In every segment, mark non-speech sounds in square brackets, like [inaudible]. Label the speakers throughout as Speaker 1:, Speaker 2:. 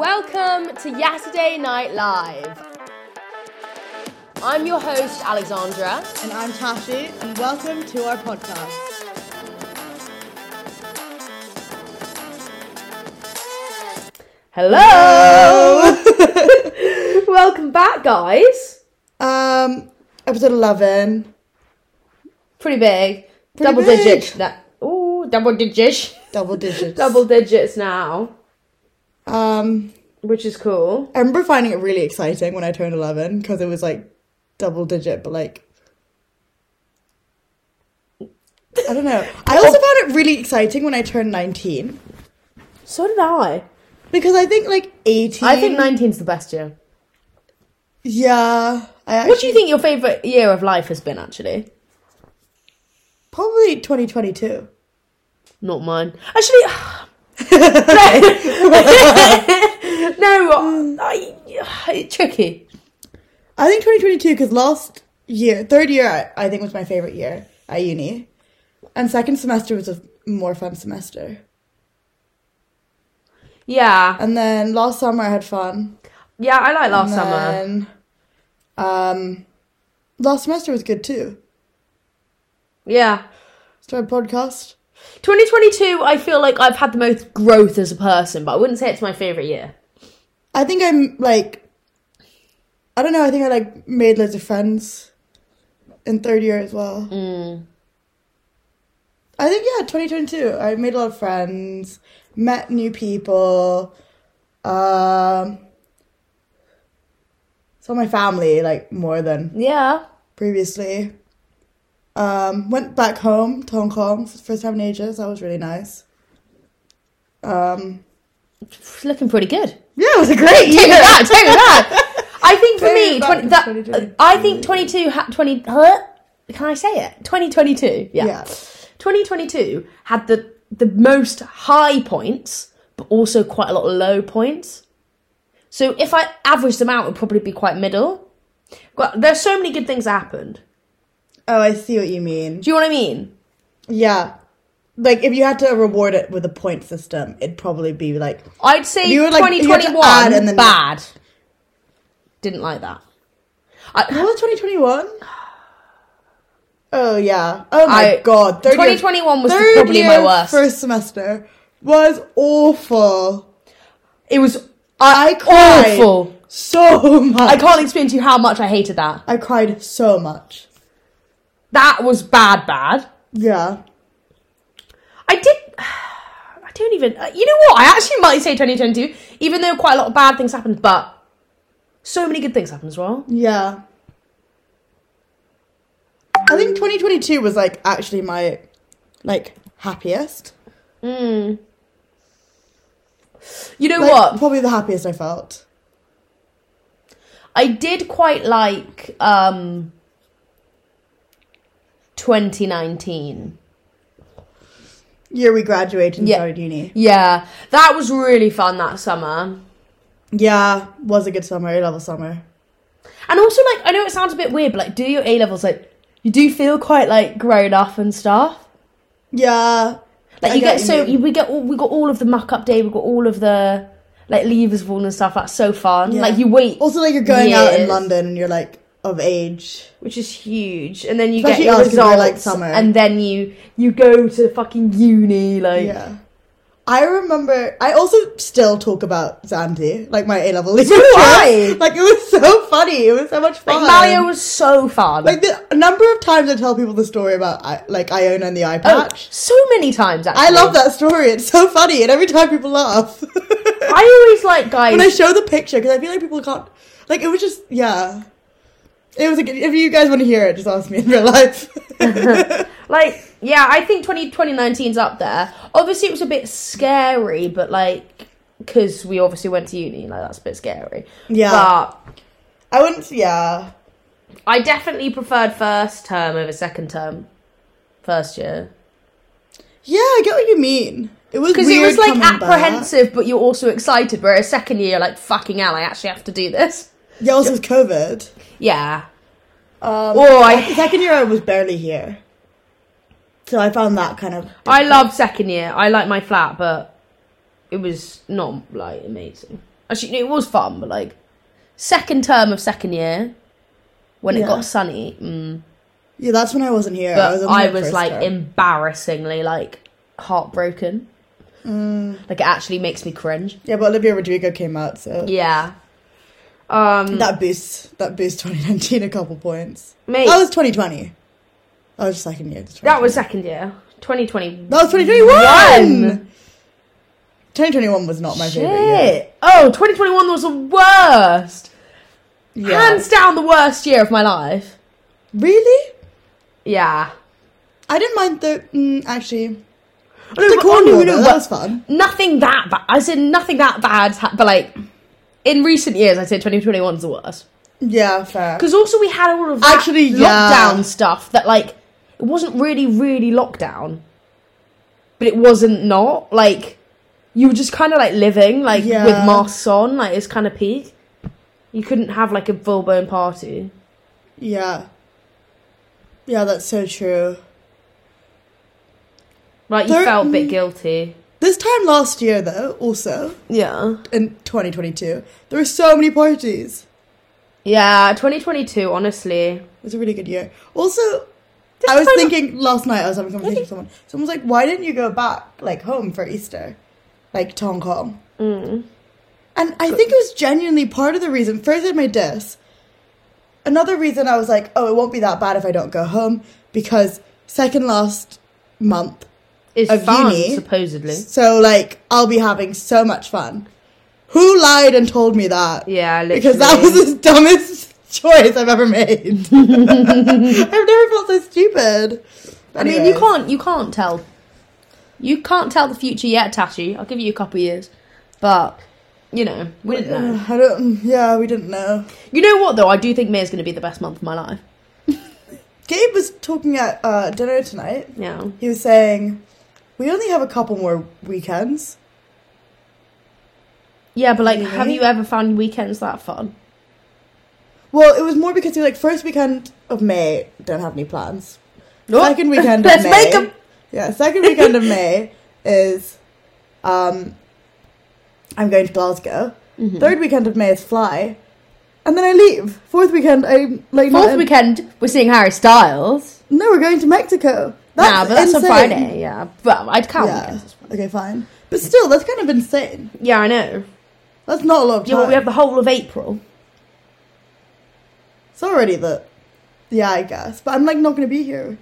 Speaker 1: Welcome to Saturday Night Live. I'm your host, Alexandra.
Speaker 2: And I'm Tashi, and welcome to our podcast.
Speaker 1: Hello! [laughs] Welcome back, guys.
Speaker 2: Um, episode 11.
Speaker 1: Pretty big.
Speaker 2: Pretty
Speaker 1: double
Speaker 2: big.
Speaker 1: digits. That, ooh, double digits.
Speaker 2: Double digits.
Speaker 1: double digits now,
Speaker 2: Um,
Speaker 1: which is cool.
Speaker 2: I remember finding it really exciting when I turned 11 because it was like double digit, but like. I don't know. [laughs] I also found it really exciting when I turned 19
Speaker 1: So did I.
Speaker 2: because I think like 18.
Speaker 1: I think 19's the best year.
Speaker 2: Yeah. I actually.
Speaker 1: What do you think your favourite year of life has been, actually?
Speaker 2: Probably 2022.
Speaker 1: Not mine. [sighs] Actually, [laughs] [laughs] no, I, [sighs] it's tricky.
Speaker 2: I think 2022 because last year, third year, I, I think was my favorite year at uni, and second semester was a more fun semester.
Speaker 1: Yeah,
Speaker 2: And then last summer I had fun.
Speaker 1: yeah, I like last
Speaker 2: and
Speaker 1: summer.
Speaker 2: then, um, last semester was good too.
Speaker 1: Yeah,
Speaker 2: Started podcast.
Speaker 1: 2022. I feel like I've had the most growth as a person, but I wouldn't say it's my favorite year.
Speaker 2: I think I'm like, I don't know. I think I like made loads of friends in third year as well. I think yeah, 2022. I made a lot of friends, met new people, um, saw my family like more than
Speaker 1: Yeah,
Speaker 2: previously. Um, went back home to Hong Kong for the first time in ages. That was really nice. Um,
Speaker 1: it's looking pretty [laughs] good.
Speaker 2: yeah, it was a great
Speaker 1: Take
Speaker 2: year.
Speaker 1: that. Take that. I think for
Speaker 2: Very
Speaker 1: me,
Speaker 2: back
Speaker 1: 20,
Speaker 2: to
Speaker 1: that
Speaker 2: 2022.
Speaker 1: I think 22. Ha, 20. Huh? Can I say it? 2022. Yeah.
Speaker 2: Yeah.
Speaker 1: 2022 had the the most high points, but also quite a lot of low points. So if I averaged them out, it would probably be quite middle. Well, there's so many good things that happened.
Speaker 2: Oh, I see what you mean.
Speaker 1: Do you know what I mean?
Speaker 2: Yeah. Like if you had to reward it with a point system, it'd probably be like
Speaker 1: I'd say
Speaker 2: You were like- you had to
Speaker 1: 2021
Speaker 2: add and then-
Speaker 1: bad. Didn't like that. I,
Speaker 2: what was twenty twenty one? [sighs] Oh yeah. Oh my
Speaker 1: I-
Speaker 2: god. Third year-
Speaker 1: 2021 was
Speaker 2: third
Speaker 1: probably my
Speaker 2: year
Speaker 1: worst.
Speaker 2: First semester was awful.
Speaker 1: it was
Speaker 2: I cried
Speaker 1: awful.
Speaker 2: so much.
Speaker 1: I can't explain to you how much I hated that.
Speaker 2: I cried so much.
Speaker 1: That was bad, bad.
Speaker 2: Yeah.
Speaker 1: I did. [sighs] I don't even. uh, You know what? I actually might say 2022, even though quite a lot of bad things happened, but so many good things happened as well.
Speaker 2: Yeah. I think 2022 was like actually my like happiest.
Speaker 1: You know
Speaker 2: Like,
Speaker 1: what?
Speaker 2: Probably the happiest I felt.
Speaker 1: I did quite like um 2019.
Speaker 2: year we graduated and
Speaker 1: Yeah.
Speaker 2: started uni.
Speaker 1: Yeah, that was really fun that summer.
Speaker 2: Yeah, was a good summer, A level summer.
Speaker 1: And also, like, I know it sounds a bit weird, but like, do your A levels, like, you do feel quite like grown up and stuff.
Speaker 2: Yeah,
Speaker 1: Like
Speaker 2: I
Speaker 1: you
Speaker 2: get
Speaker 1: get,
Speaker 2: what you
Speaker 1: so
Speaker 2: mean.
Speaker 1: you, we get all, we got all of the muck up day. We got all of the like leavers of all and stuff. That's so fun.
Speaker 2: Yeah.
Speaker 1: Like you wait,
Speaker 2: Also, like you're going out in
Speaker 1: Yes.
Speaker 2: London and you're like of age.
Speaker 1: which is huge, and then you
Speaker 2: Especially
Speaker 1: get your
Speaker 2: us, 'cause we're,
Speaker 1: results,
Speaker 2: like, summer.
Speaker 1: and then you you go to fucking uni. Like
Speaker 2: Yeah, I remember. I also still talk about Zandy, like my A level leader.
Speaker 1: I.
Speaker 2: Like it was [laughs] so funny. It was so much
Speaker 1: like
Speaker 2: fun.
Speaker 1: Mario was so fun.
Speaker 2: Like the number of times I tell people the story about I- like Iona and the eye
Speaker 1: Oh,
Speaker 2: patch.
Speaker 1: so many times. Actually.
Speaker 2: I love that story. It's so funny, and every time people laugh. [laughs]
Speaker 1: I always like guys.
Speaker 2: when I show the picture because I feel like people can't like it was just yeah. It was a good, if you guys want to hear it, just ask me in
Speaker 1: [laughs]
Speaker 2: real life.
Speaker 1: like yeah, I think 20, 2019's up there. Obviously, it was a bit scary, but like because we obviously went to uni, like that's a bit scary.
Speaker 2: Yeah.
Speaker 1: but.
Speaker 2: I wouldn't. Yeah,
Speaker 1: I definitely preferred first term over second term. First year.
Speaker 2: yeah, I get what you mean. It was
Speaker 1: Because it
Speaker 2: weird
Speaker 1: was like
Speaker 2: coming back.
Speaker 1: apprehensive, but you're also excited. Whereas second year, you're like, fucking hell, I actually have to do this.
Speaker 2: Yeah, also it was COVID.
Speaker 1: Yeah.
Speaker 2: Um,
Speaker 1: Oh, I-
Speaker 2: like, the second year I was barely here, so I found that kind of.
Speaker 1: I love second year. I like my flat, but it was not like amazing. Actually, it was fun, but like second term of second year when it
Speaker 2: Yeah.
Speaker 1: got sunny. Mm,
Speaker 2: Yeah, that's when I wasn't here.
Speaker 1: but
Speaker 2: on
Speaker 1: I
Speaker 2: my
Speaker 1: was
Speaker 2: first
Speaker 1: like
Speaker 2: term.
Speaker 1: embarrassingly like heartbroken.
Speaker 2: Mm.
Speaker 1: Like it actually makes me cringe.
Speaker 2: yeah, but Olivia Rodrigo came out, so
Speaker 1: Yeah. Um,
Speaker 2: that boosts that boosts [laughs] 2019 a couple points.
Speaker 1: mate,
Speaker 2: That was 2020. That was second year.
Speaker 1: that was second year, 2020.
Speaker 2: that was 2021.
Speaker 1: One!
Speaker 2: 2021 was not my
Speaker 1: Shit.
Speaker 2: favorite year.
Speaker 1: Oh, 2021 was the worst.
Speaker 2: Yeah.
Speaker 1: Hands down, the worst year of my life.
Speaker 2: Really?
Speaker 1: Yeah.
Speaker 2: I didn't mind the mm, actually
Speaker 1: No,
Speaker 2: the
Speaker 1: but- oh,
Speaker 2: corn
Speaker 1: no,
Speaker 2: no,
Speaker 1: no,
Speaker 2: that
Speaker 1: but-
Speaker 2: was fun.
Speaker 1: nothing that bad. I said nothing that bad, ha- but like in recent years, I say 2021's the worst.
Speaker 2: Yeah, fair.
Speaker 1: Because also we had all of that
Speaker 2: Actually, yeah.
Speaker 1: lockdown stuff that like it wasn't really, really lockdown, but it wasn't not like you were just kind of like living like with
Speaker 2: Yeah.
Speaker 1: masks on, like it's kind of peak. You couldn't have like a full blown party.
Speaker 2: Yeah. Yeah, that's so true.
Speaker 1: Like you
Speaker 2: There-
Speaker 1: felt a bit guilty.
Speaker 2: This time last year though, also
Speaker 1: Yeah.
Speaker 2: in 2022, there were so many parties.
Speaker 1: Yeah, 2022, honestly.
Speaker 2: It was a really good year. Also,
Speaker 1: This
Speaker 2: I was
Speaker 1: time-
Speaker 2: thinking last night I was having a conversation
Speaker 1: Really?
Speaker 2: with someone. Someone was like, "Why didn't you go back like home for Easter, like to Hong Kong?"
Speaker 1: Mm.
Speaker 2: And I think it was genuinely part of the reason. First, I made this. Another reason I was like, "Oh, it won't be that bad if I don't go home," because second last month
Speaker 1: It's
Speaker 2: Of
Speaker 1: fun,
Speaker 2: uni.
Speaker 1: supposedly.
Speaker 2: So like I'll be having so much fun. Who lied and told me that?
Speaker 1: Yeah, literally.
Speaker 2: Because that was the dumbest [laughs] choice I've
Speaker 1: [laughs]
Speaker 2: ever made. I've never felt so stupid.
Speaker 1: I mean, you can't you can't tell. You can't tell the future yet, Tashi. I'll give you a couple of years, but you know we didn't know.
Speaker 2: I don't. Yeah, we didn't know.
Speaker 1: You know what though? I do think May is going to be the best month of my life.
Speaker 2: Gabe was talking at uh, dinner tonight.
Speaker 1: Yeah,
Speaker 2: He was saying, "We only have a couple more weekends."
Speaker 1: yeah, but like,
Speaker 2: Really?
Speaker 1: have you ever found weekends that fun?
Speaker 2: Well, it was more because he was like, first weekend of May, don't have any plans.
Speaker 1: Nope.
Speaker 2: Second weekend of
Speaker 1: Oh. Let's
Speaker 2: May.
Speaker 1: make 'em.
Speaker 2: Yeah, second weekend of May is um I'm going to Glasgow.
Speaker 1: Mm-hmm.
Speaker 2: Third weekend of May is fly. And then I leave. Fourth weekend I like not
Speaker 1: Fourth
Speaker 2: in-
Speaker 1: weekend, we're seeing Harry Styles.
Speaker 2: No, we're going to Mexico. That's
Speaker 1: nah, but that's
Speaker 2: insane.
Speaker 1: on Friday. Oh Yeah, but I'd count.
Speaker 2: Yeah.
Speaker 1: weekends.
Speaker 2: Okay, fine. But still, that's kind of insane.
Speaker 1: Yeah, I know.
Speaker 2: That's not a lot of
Speaker 1: Yeah,
Speaker 2: time.
Speaker 1: well, we have the whole of April.
Speaker 2: It's already the Yeah, I guess. But I'm like not gonna be here.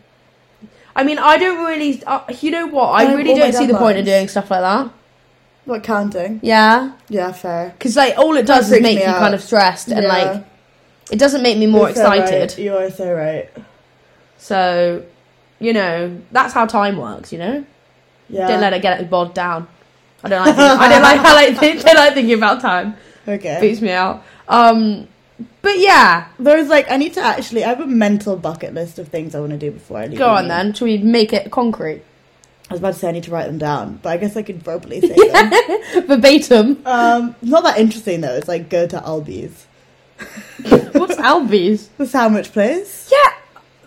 Speaker 1: I mean, I don't really. Uh, you know what?
Speaker 2: I
Speaker 1: I
Speaker 2: have
Speaker 1: really
Speaker 2: all my
Speaker 1: don't see the point of
Speaker 2: deadlines.
Speaker 1: doing stuff like that.
Speaker 2: Not counting.
Speaker 1: Yeah,
Speaker 2: Yeah, fair.
Speaker 1: because like all it does is
Speaker 2: freaks
Speaker 1: make
Speaker 2: me
Speaker 1: you
Speaker 2: out.
Speaker 1: kind of stressed and
Speaker 2: Yeah.
Speaker 1: like it doesn't make me more
Speaker 2: You're so right.
Speaker 1: excited.
Speaker 2: You are so right.
Speaker 1: So, you know, that's how time works. You know,
Speaker 2: Yeah.
Speaker 1: don't let it get bogged down. I don't like. Thinking, I don't like. I like. Think, don't like thinking about time.
Speaker 2: Okay.
Speaker 1: Beats me out. Um, but yeah,
Speaker 2: There's like I need to actually I have a mental bucket list of things I want to do before I leave.
Speaker 1: go on
Speaker 2: uni.
Speaker 1: then. Should we make it concrete, [laughs]
Speaker 2: I was about to say I need to write them down, but I guess I could verbally say
Speaker 1: [laughs]
Speaker 2: them.
Speaker 1: verbatim?
Speaker 2: Um, it's not that interesting though. It's like go to Albies,
Speaker 1: What's Albies?
Speaker 2: the sandwich place.
Speaker 1: Yeah,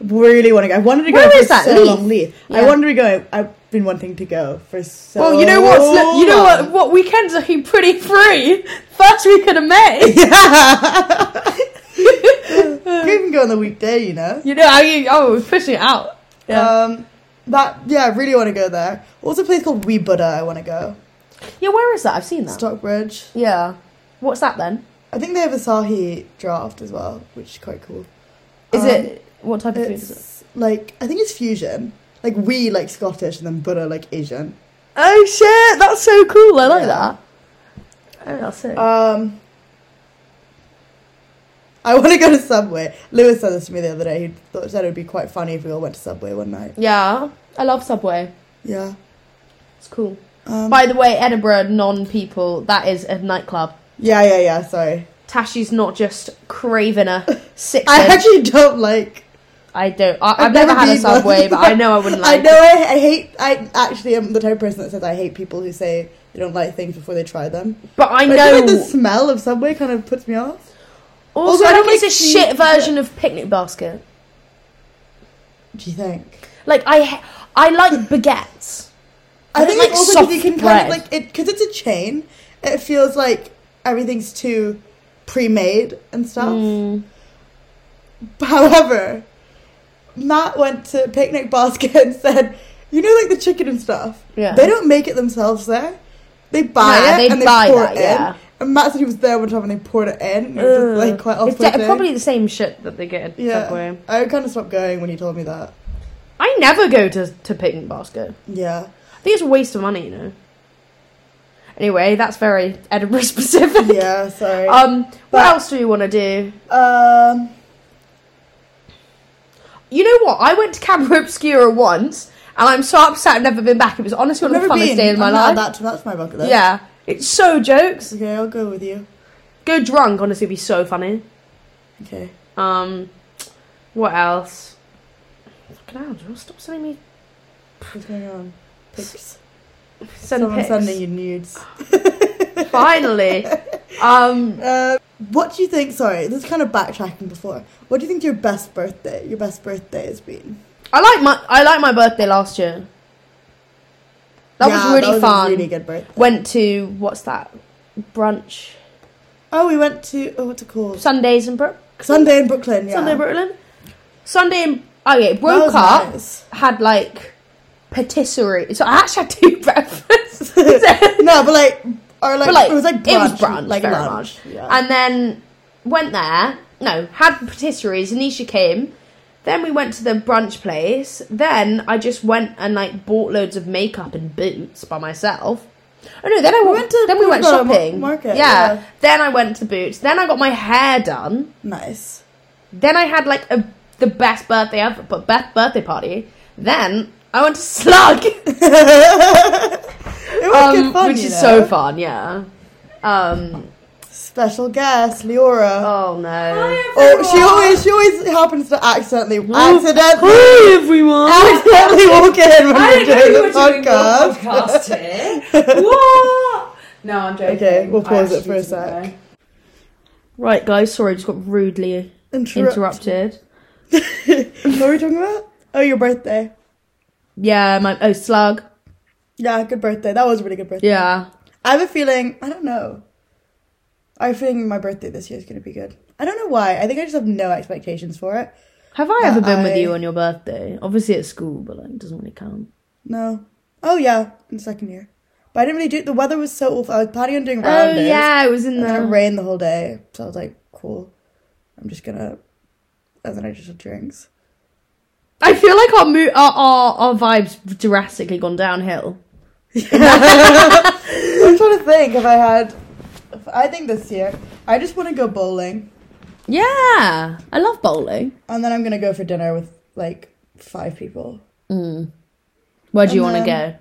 Speaker 2: Really want to go. I wanted to go
Speaker 1: Where
Speaker 2: for
Speaker 1: is that?
Speaker 2: so
Speaker 1: Leith?
Speaker 2: long. Leith. I
Speaker 1: Yeah.
Speaker 2: wanted to go. I've been wanting to go for so.
Speaker 1: Well, you know what? Sli- you know what?
Speaker 2: long. [laughs]
Speaker 1: What weekend's looking pretty free. First weekend of
Speaker 2: [laughs]
Speaker 1: May.
Speaker 2: You can go on the weekday. You know.
Speaker 1: You know, I mean, oh, we're pushing it out. Yeah.
Speaker 2: Um, that yeah, I really want to go there. Also, a place called Wee Buddha. I want to go.
Speaker 1: yeah, where is that? I've seen that.
Speaker 2: Stockbridge.
Speaker 1: Yeah. What's that then?
Speaker 2: I think they have a Sahi draft as well, which is quite cool.
Speaker 1: Is
Speaker 2: Um,
Speaker 1: it what type of food is it?
Speaker 2: It's like I think it's fusion. Like we like Scottish and then Buddha like Asian.
Speaker 1: Oh shit, that's so cool. I
Speaker 2: like
Speaker 1: that. Oh, that's it.
Speaker 2: Um, I want to go to Subway. Lewis said this to me the other day. He thought said it would be quite funny if we all went to Subway one night.
Speaker 1: yeah, I love Subway.
Speaker 2: Yeah.
Speaker 1: It's cool.
Speaker 2: Um,
Speaker 1: By the way, Edinburgh non people. That is a nightclub.
Speaker 2: yeah, yeah, yeah. Sorry,
Speaker 1: Tashi's not just craving a [laughs] six.
Speaker 2: I actually don't like.
Speaker 1: I don't. I, I've, never, had a
Speaker 2: been one.
Speaker 1: Subway, but I know [laughs]
Speaker 2: [laughs]
Speaker 1: I wouldn't like.
Speaker 2: I know I, I hate. I actually am the type of person that says I hate people who say they don't like things before they try them.
Speaker 1: it. But I
Speaker 2: But
Speaker 1: know.
Speaker 2: I feel like the smell of Subway kind of puts me off.
Speaker 1: also,
Speaker 2: Also, I
Speaker 1: I think
Speaker 2: don't
Speaker 1: it's a
Speaker 2: like the-
Speaker 1: shit version of picnic basket.
Speaker 2: Do you think?
Speaker 1: Like I, ha- I like baguettes.
Speaker 2: I,
Speaker 1: I
Speaker 2: think
Speaker 1: don't like
Speaker 2: it's also
Speaker 1: soft
Speaker 2: because you can kind
Speaker 1: bread.
Speaker 2: of like it because it's a chain. It feels like everything's too pre-made and stuff.
Speaker 1: Mm.
Speaker 2: However, Matt went to Picnic Basket and said, "You know, like the chicken and stuff.
Speaker 1: Yeah.
Speaker 2: They don't make it themselves there. They buy
Speaker 1: Nah,
Speaker 2: it
Speaker 1: they
Speaker 2: and they
Speaker 1: buy
Speaker 2: pour
Speaker 1: that,
Speaker 2: it in."
Speaker 1: yeah.
Speaker 2: And Matt said he was there one time and they poured it in. And it was just, like quite
Speaker 1: it's
Speaker 2: off.
Speaker 1: de- probably the same shit that they get at
Speaker 2: yeah.
Speaker 1: Subway.
Speaker 2: I kind of stopped going when he told me that.
Speaker 1: I never go to to Picnic Basket.
Speaker 2: Yeah.
Speaker 1: I think it's a waste of money, you know. Anyway, that's very Edinburgh [laughs] specific. [laughs]
Speaker 2: Yeah. Sorry.
Speaker 1: Um, what
Speaker 2: But-
Speaker 1: else do you want to do?
Speaker 2: um.
Speaker 1: You know what? I went to Camera Obscura once, and I'm so upset I've never been back. It was honestly one of
Speaker 2: Never
Speaker 1: the funnest
Speaker 2: been.
Speaker 1: days of my
Speaker 2: I'm
Speaker 1: life.
Speaker 2: not That to that's my bucket list.
Speaker 1: Yeah, it's so jokes.
Speaker 2: Okay, I'll go with you.
Speaker 1: Go drunk, honestly, would be so funny.
Speaker 2: Okay.
Speaker 1: Um, what else? Fucking hell, Joel, stop sending me.
Speaker 2: What's going on? Pics.
Speaker 1: Send
Speaker 2: Someone
Speaker 1: pics.
Speaker 2: sending you nudes.
Speaker 1: Finally. um,
Speaker 2: Uh, what do you think? Sorry, this is kind of backtracking before. What do you think your best birthday, your best birthday has been?
Speaker 1: I like my I like my birthday last year. That
Speaker 2: Yeah,
Speaker 1: was really
Speaker 2: a
Speaker 1: fun.
Speaker 2: really good birthday.
Speaker 1: Went to what's that brunch?
Speaker 2: Oh, we went to oh, what's it called?
Speaker 1: Sundays in Brooklyn.
Speaker 2: Sunday in Brooklyn. Yeah.
Speaker 1: Sunday
Speaker 2: [laughs]
Speaker 1: in Brooklyn. Sunday in oh yeah,
Speaker 2: That was
Speaker 1: broke up.
Speaker 2: nice.
Speaker 1: Had like patisserie. So I actually had two [laughs] breakfasts.
Speaker 2: [laughs]
Speaker 1: and
Speaker 2: No, but like, or like,
Speaker 1: But, like,
Speaker 2: it was like brunch,
Speaker 1: it was brunch,
Speaker 2: like
Speaker 1: very
Speaker 2: lunch. Yeah.
Speaker 1: then went there. No, had patisseries. Anisha came. Then we went to the brunch place. Then I just went and like bought loads of makeup and boots by myself. Oh no! Then I went.
Speaker 2: went to-
Speaker 1: then we
Speaker 2: we
Speaker 1: went
Speaker 2: got a mar-
Speaker 1: shopping.
Speaker 2: market,
Speaker 1: yeah.
Speaker 2: yeah.
Speaker 1: Then I went to Boots. Then I got my hair done.
Speaker 2: nice. [laughs]
Speaker 1: Then I had like a the best birthday ever, but best birthday party. Then I went to [laughs] Slug,
Speaker 2: It was
Speaker 1: um,
Speaker 2: good fun,
Speaker 1: which
Speaker 2: you
Speaker 1: is
Speaker 2: know?
Speaker 1: so fun. Yeah. Um.
Speaker 2: Special guest, Leora.
Speaker 1: Oh no.
Speaker 2: oh, she always, she always happens to accidentally, accidentally,
Speaker 1: Hi everyone.
Speaker 2: accidentally walk in when
Speaker 3: I
Speaker 2: we're doing
Speaker 3: didn't know you
Speaker 2: the
Speaker 3: were doing
Speaker 2: podcast.
Speaker 3: the podcast
Speaker 1: [laughs]
Speaker 3: here. what? No, I'm joking.
Speaker 2: Okay, we'll
Speaker 3: I
Speaker 2: pause it
Speaker 3: actually
Speaker 2: for a
Speaker 3: didn't
Speaker 2: sec.
Speaker 3: know.
Speaker 1: Right, guys. Sorry, I just got rudely
Speaker 2: Interrupt.
Speaker 1: interrupted.
Speaker 2: [laughs] what were we talking about? Oh, your birthday.
Speaker 1: Yeah. My oh Slug.
Speaker 2: Yeah, good birthday. That was a really good birthday.
Speaker 1: Yeah.
Speaker 2: I have a feeling. I don't know. I have a feeling my birthday this year is going to be good. I don't know why. I think I just have no expectations for it.
Speaker 1: Have I ever been with
Speaker 2: I-
Speaker 1: you on your birthday? Obviously at school, but like it doesn't really count.
Speaker 2: No. Oh yeah, in second year. But I didn't really do. The weather was so awful. I was planning on doing
Speaker 1: Oh
Speaker 2: round days,
Speaker 1: yeah, it was in
Speaker 2: and then it
Speaker 1: the.
Speaker 2: rained the whole day. So I was like, cool. I'm just gonna. And then I just had drinks. [laughs]
Speaker 1: I feel like our mo- our, our our vibes drastically gone downhill.
Speaker 2: I'm trying to think if I had. If I think this year I just want to go bowling,
Speaker 1: Yeah, I love bowling.
Speaker 2: and then I'm gonna go for dinner with like five people
Speaker 1: Mm. Where do you
Speaker 2: And
Speaker 1: want to go?
Speaker 2: then-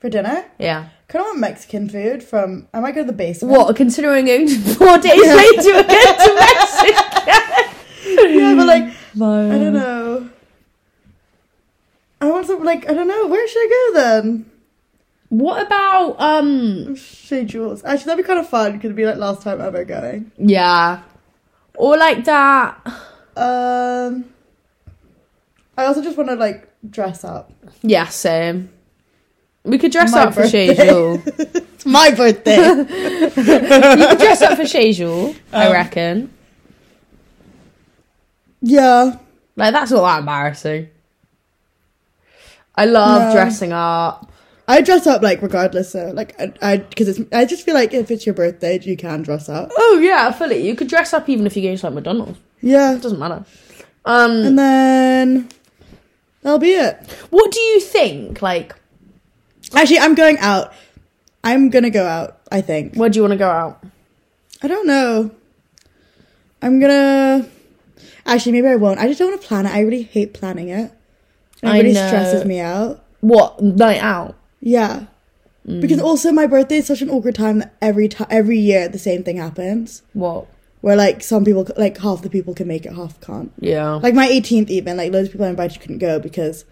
Speaker 2: for dinner.
Speaker 1: Yeah.
Speaker 2: Kind of want Mexican food from. I might go to the basement.
Speaker 1: What? Considering it was [laughs] four days later again to Mexico.
Speaker 2: [laughs] [laughs] Yeah, but like I don't know. I want some like I don't know. Where should I go then?
Speaker 1: What about um?
Speaker 2: Shea Jewels. Actually, that'd be kind of fun because it'd be like last time ever going.
Speaker 1: Yeah. Or like that.
Speaker 2: Um, I also just want to like dress up.
Speaker 1: Yeah, same. We could dress
Speaker 2: My
Speaker 1: up for
Speaker 2: birthday.
Speaker 1: Shay Jewel.
Speaker 2: [laughs] It's my birthday.
Speaker 1: You could dress up for Shay Jewel, I
Speaker 2: Um,
Speaker 1: reckon.
Speaker 2: [laughs] yeah.
Speaker 1: Like that's not that embarrassing. I love
Speaker 2: No.
Speaker 1: dressing up.
Speaker 2: I dress up like regardless, so like I because it's I just feel like if it's your birthday, you can dress up.
Speaker 1: Oh yeah, fully. You could dress up even if you're going to like McDonald's.
Speaker 2: Yeah,
Speaker 1: It doesn't matter. Um,
Speaker 2: and then that'll be it.
Speaker 1: what do you think? Like,
Speaker 2: Actually, I'm going out. I'm gonna go out. I think.
Speaker 1: where do you want to go out?
Speaker 2: I don't know. I'm gonna. Actually, maybe I won't. I just don't want to plan it. I really hate planning it. It
Speaker 1: I
Speaker 2: really
Speaker 1: know.
Speaker 2: stresses me out.
Speaker 1: What night out?
Speaker 2: Yeah. Because also my birthday is such an awkward time that every time every year the same thing happens
Speaker 1: What?
Speaker 2: where like some people like half the people can make it half can't.
Speaker 1: Yeah,
Speaker 2: Like my 18th even like loads of people I invited couldn't go because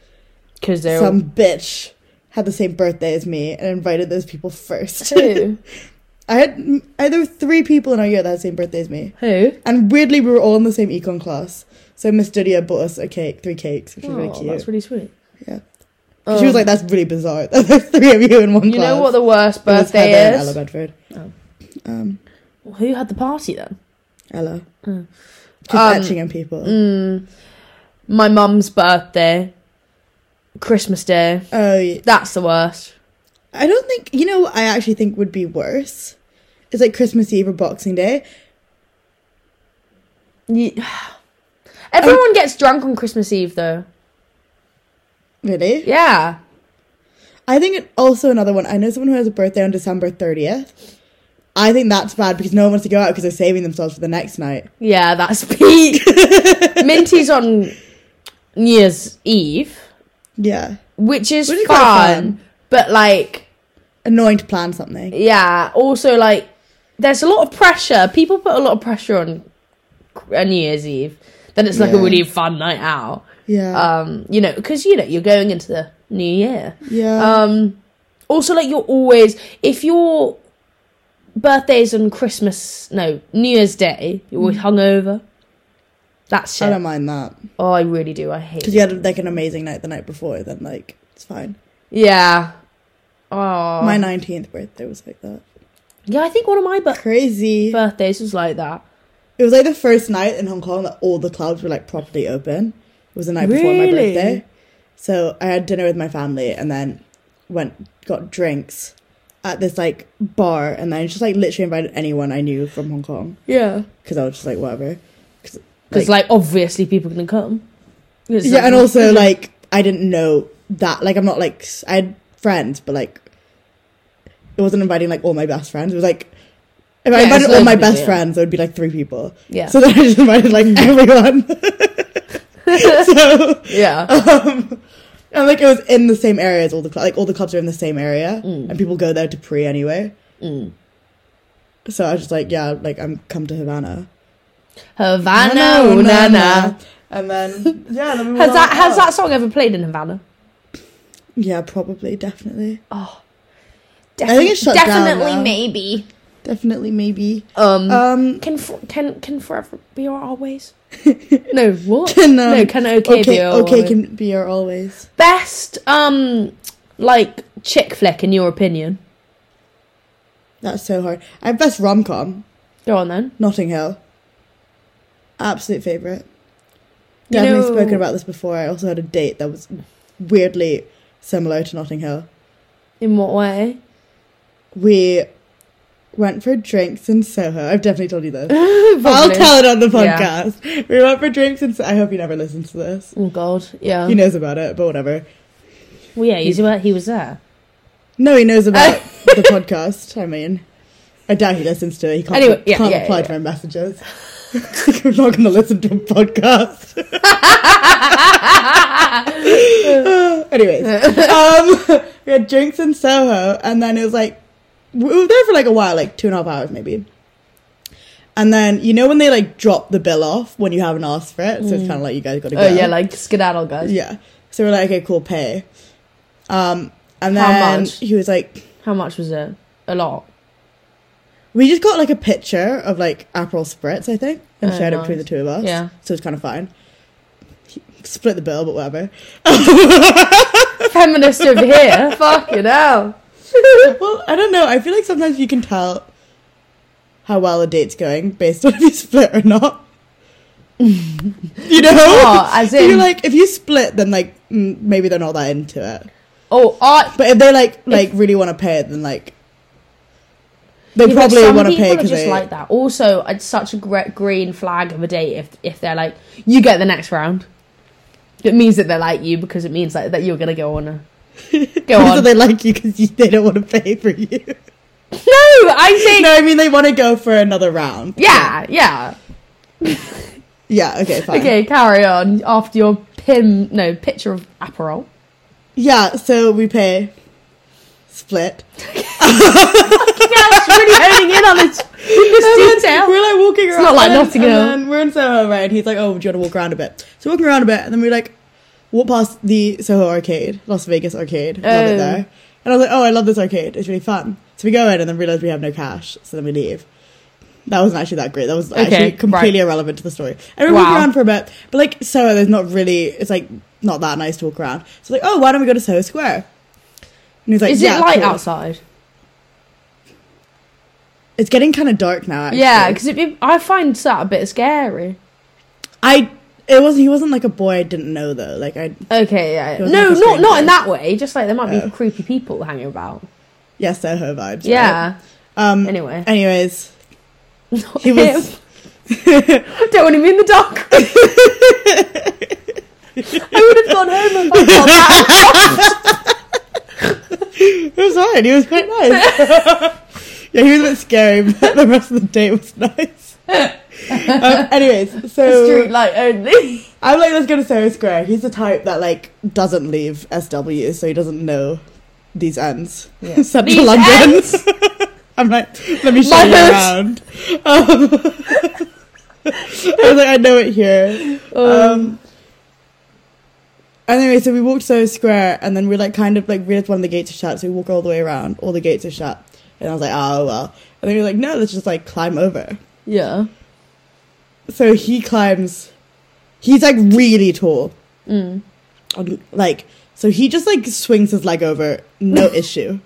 Speaker 1: because they're
Speaker 2: some bitch had the same birthday as me and invited those people
Speaker 1: [laughs]
Speaker 2: first. [laughs]
Speaker 1: who?
Speaker 2: I had I, there were three people in our year that had the same birthday as me.
Speaker 1: Who?
Speaker 2: [laughs] And weirdly, we were all in the same econ class. So Miss Dudia bought us a cake, three cakes, which was really
Speaker 1: Oh,
Speaker 2: cute.
Speaker 1: that's really sweet. Oh.
Speaker 2: Yeah. 'Cause she was like, "That's really bizarre. [laughs] There's three of you in one
Speaker 1: um, you
Speaker 2: class."
Speaker 1: know what the worst
Speaker 2: It was
Speaker 1: birthday
Speaker 2: Heather and
Speaker 1: is?
Speaker 2: Ella Bedford. Um,
Speaker 1: Well, who had the party then?
Speaker 2: Ella. She's
Speaker 1: Um,
Speaker 2: etching on people.
Speaker 1: My mum's birthday, Christmas Day.
Speaker 2: Oh, yeah.
Speaker 1: That's the worst.
Speaker 2: I don't think you know. What I actually think would be worse. It's like Christmas Eve or Boxing Day.
Speaker 1: Ye- [sighs] Everyone gets drunk on Christmas Eve though.
Speaker 2: Really?
Speaker 1: Yeah.
Speaker 2: I think it, also another one. I know someone who has a birthday on December thirtieth. I think that's bad because no one wants to go out because they're saving themselves for the next night.
Speaker 1: Yeah, that's [laughs]
Speaker 2: [laughs]
Speaker 1: peak. Minty's on New Year's Eve,
Speaker 2: Yeah,
Speaker 1: which is,
Speaker 2: Which is quite
Speaker 1: fun,
Speaker 2: fun.
Speaker 1: but like,
Speaker 2: annoying to plan something.
Speaker 1: yeah, also like, there's a lot of pressure. People put a lot of pressure on Cr- uh, New Year's Eve. Then it's like a
Speaker 2: Yeah.
Speaker 1: really fun night out.
Speaker 2: Yeah,
Speaker 1: Um, you know, because you know you're going into the new year.
Speaker 2: yeah,
Speaker 1: Um, also, like you're always if your birthday is on Christmas, no New Year's Day, you're always hungover. That's
Speaker 2: I
Speaker 1: shit.
Speaker 2: don't mind that
Speaker 1: oh, I really do. I hate.
Speaker 2: because you had like an amazing night the night before. Then like it's fine.
Speaker 1: Yeah. Oh.
Speaker 2: My nineteenth birthday was like that.
Speaker 1: yeah, I think one of my bir-
Speaker 2: Crazy.
Speaker 1: birthdays was like that.
Speaker 2: It was like the first night in Hong Kong that all the clubs were like properly open. It was the night before my
Speaker 1: Really?
Speaker 2: birthday. So I had dinner with my family and then went got drinks at this like bar and then just like literally invited anyone I knew from Hong Kong
Speaker 1: Yeah.
Speaker 2: because I was just like whatever.
Speaker 1: Because like, obviously people can come. It's
Speaker 2: yeah,
Speaker 1: like-
Speaker 2: and
Speaker 1: [laughs]
Speaker 2: also like I didn't know that like I'm not like s- I had friends, but like it wasn't inviting like all my best friends. It was like if I
Speaker 1: Yeah,
Speaker 2: invited
Speaker 1: it's
Speaker 2: all my
Speaker 1: open,
Speaker 2: best
Speaker 1: yeah.
Speaker 2: friends, there would be like three people.
Speaker 1: yeah,
Speaker 2: So then I just invited
Speaker 1: [laughs]
Speaker 2: like everyone. [laughs] so [laughs]
Speaker 1: yeah,
Speaker 2: um, and like it was in the same area as all the clubs. Like all the clubs are in the same area, and people go there to pre anyway.
Speaker 1: Mm.
Speaker 2: So I was just like, yeah, like I'm come to Havana.
Speaker 1: Havana, ooh, na, na.
Speaker 2: And then yeah, then we
Speaker 1: oh, Has
Speaker 2: went
Speaker 1: that
Speaker 2: out.
Speaker 1: has that song ever played in Havana?
Speaker 2: Yeah, probably, definitely,
Speaker 1: Oh,
Speaker 2: I think it's shut down
Speaker 1: definitely,
Speaker 2: now.
Speaker 1: maybe.
Speaker 2: definitely, maybe.
Speaker 1: Um,
Speaker 2: Um, [laughs]
Speaker 1: can for, can can forever be our always? [laughs] no, what?
Speaker 2: Can, um,
Speaker 1: no, can okay,
Speaker 2: okay,
Speaker 1: be our
Speaker 2: okay,
Speaker 1: always?
Speaker 2: can be our always.
Speaker 1: Best um, like chick flick in your opinion?
Speaker 2: That's so hard. I have best rom com,
Speaker 1: Go on then.
Speaker 2: Notting Hill. Absolute favorite.
Speaker 1: You
Speaker 2: Definitely
Speaker 1: know-
Speaker 2: spoken about this before. I also had a date that was weirdly similar to Notting Hill.
Speaker 1: In what way?
Speaker 2: We went for drinks in Soho. I've definitely told
Speaker 1: [laughs]
Speaker 2: you this. I'll
Speaker 1: Probably.
Speaker 2: tell it on the
Speaker 1: Yeah.
Speaker 2: podcast. We went for drinks in. So- I hope he never listens to this.
Speaker 1: Oh God, yeah.
Speaker 2: He knows about it, but whatever.
Speaker 1: well, yeah, he's where he was [laughs] there.
Speaker 2: No, he knows about
Speaker 1: [laughs]
Speaker 2: the podcast. I mean, I doubt he listens to it. He can't,
Speaker 1: Anyway, yeah,
Speaker 2: can't
Speaker 1: yeah,
Speaker 2: reply
Speaker 1: yeah.
Speaker 2: to my messages. [laughs] I'm not going to listen to a podcast. [laughs] Anyways, um, [laughs] we had drinks in Soho, and then it was like, we were there for like a while, like two and a half hours maybe. And then, you know, when they like drop the bill off when you haven't asked for it, so it's kind of like you guys got to go.
Speaker 1: Oh yeah, like skedaddle guys.
Speaker 2: yeah. So we're like, okay, cool, pay. Um, and
Speaker 1: How
Speaker 2: then
Speaker 1: much?
Speaker 2: he was like,
Speaker 1: How much was it? A lot. [laughs]
Speaker 2: We just got like a picture of like Aperol spritz, I think, and
Speaker 1: Oh,
Speaker 2: shared it
Speaker 1: nice.
Speaker 2: between the two of us.
Speaker 1: Yeah.
Speaker 2: So it's kind of fine. Split the bill, but whatever.
Speaker 1: Feminist over here. Fucking hell.
Speaker 2: [laughs] well, I don't know. I feel like sometimes you can tell how well a date's going based [laughs] on if you split or not. you know?
Speaker 1: Oh, as
Speaker 2: So you're
Speaker 1: in-
Speaker 2: like, [laughs] if you split, then like mm, maybe they're not that into it.
Speaker 1: Oh, I.
Speaker 2: But if they like like really want to pay it, then like they
Speaker 1: Yeah, but
Speaker 2: probably
Speaker 1: some
Speaker 2: want to
Speaker 1: people
Speaker 2: pay
Speaker 1: are
Speaker 2: because
Speaker 1: just
Speaker 2: they [laughs]
Speaker 1: like that. Also, it's such a gre- green flag of a date if if they're like, you get the next round. It means that they like you because it means like that you're gonna go on a go
Speaker 2: because
Speaker 1: on.
Speaker 2: they like you because they don't want to pay
Speaker 1: [laughs]
Speaker 2: for you.
Speaker 1: no, I think
Speaker 2: No, I mean they want to go for another round.
Speaker 1: yeah, yeah.
Speaker 2: Yeah. Okay. Fine.
Speaker 1: Okay, carry on after your pin. No picture of Aperol.
Speaker 2: Yeah. So we pay split.
Speaker 1: Yeah, it's really honing in on [laughs] this, this
Speaker 2: And then
Speaker 1: detail.
Speaker 2: we're like walking around.
Speaker 1: not like
Speaker 2: and then-
Speaker 1: Notting Hill.
Speaker 2: And then we're in Soho, right? And he's like, "Oh, do you want to walk around a bit?" So we're walking around a bit, and then we like walk past the Soho Arcade, Las Vegas Arcade. Love
Speaker 1: Oh.
Speaker 2: it there. And I was like, "Oh, I love this arcade. It's really fun." So we go in, and then realize we have no cash. So then we leave. That wasn't actually that great. That was
Speaker 1: Okay,
Speaker 2: actually completely
Speaker 1: right.
Speaker 2: irrelevant to the story. And we walk
Speaker 1: Wow.
Speaker 2: around for a bit, but like Soho, there's not really. It's like not that nice to walk around. So like, oh, why don't we go to Soho Square? And he's like,
Speaker 1: Is
Speaker 2: yeah,
Speaker 1: it light
Speaker 2: cool."
Speaker 1: outside?
Speaker 2: It's getting kind of dark now. Actually.
Speaker 1: Yeah, because be, I find that a bit scary.
Speaker 2: I it was he wasn't like a boy I didn't know though. Like I
Speaker 1: Okay, yeah.
Speaker 2: It was
Speaker 1: No,
Speaker 2: like a
Speaker 1: not not in
Speaker 2: stranger.
Speaker 1: that way. Just like there might
Speaker 2: Oh.
Speaker 1: be creepy people hanging about.
Speaker 2: yes, they're her vibes. right?
Speaker 1: Yeah.
Speaker 2: Um.
Speaker 1: Anyway,
Speaker 2: Anyways,
Speaker 1: Not
Speaker 2: he was.
Speaker 1: him. [laughs] I don't want him in the [laughs] dark. I would have gone home if I thought that.
Speaker 2: It was fine. He was quite nice. [laughs] yeah, he was a bit scary, but the rest of the day was
Speaker 1: [laughs]
Speaker 2: nice. um, anyways, so
Speaker 1: Street light only.
Speaker 2: I'm like, let's go to Sarah Square. He's the type that like doesn't leave SW, so he doesn't know these ends. [laughs]
Speaker 1: Yeah.
Speaker 2: Central
Speaker 1: These
Speaker 2: London.
Speaker 1: ends!
Speaker 2: [laughs] I'm like, let me
Speaker 1: [laughs]
Speaker 2: show
Speaker 1: My
Speaker 2: you
Speaker 1: hood.
Speaker 2: around. Um, [laughs] I was like, I know it here. Um, anyway, so we walked Soho Square, and then we like kind of like realized one of the gates are shut, so we walk all the way around. All the gates are shut, and I was like, oh well. And then we were like, no, let's just like climb over.
Speaker 1: Yeah.
Speaker 2: So he climbs. He's like really tall.
Speaker 1: Mm.
Speaker 2: Um, Like so, he just like swings his leg over, no issue,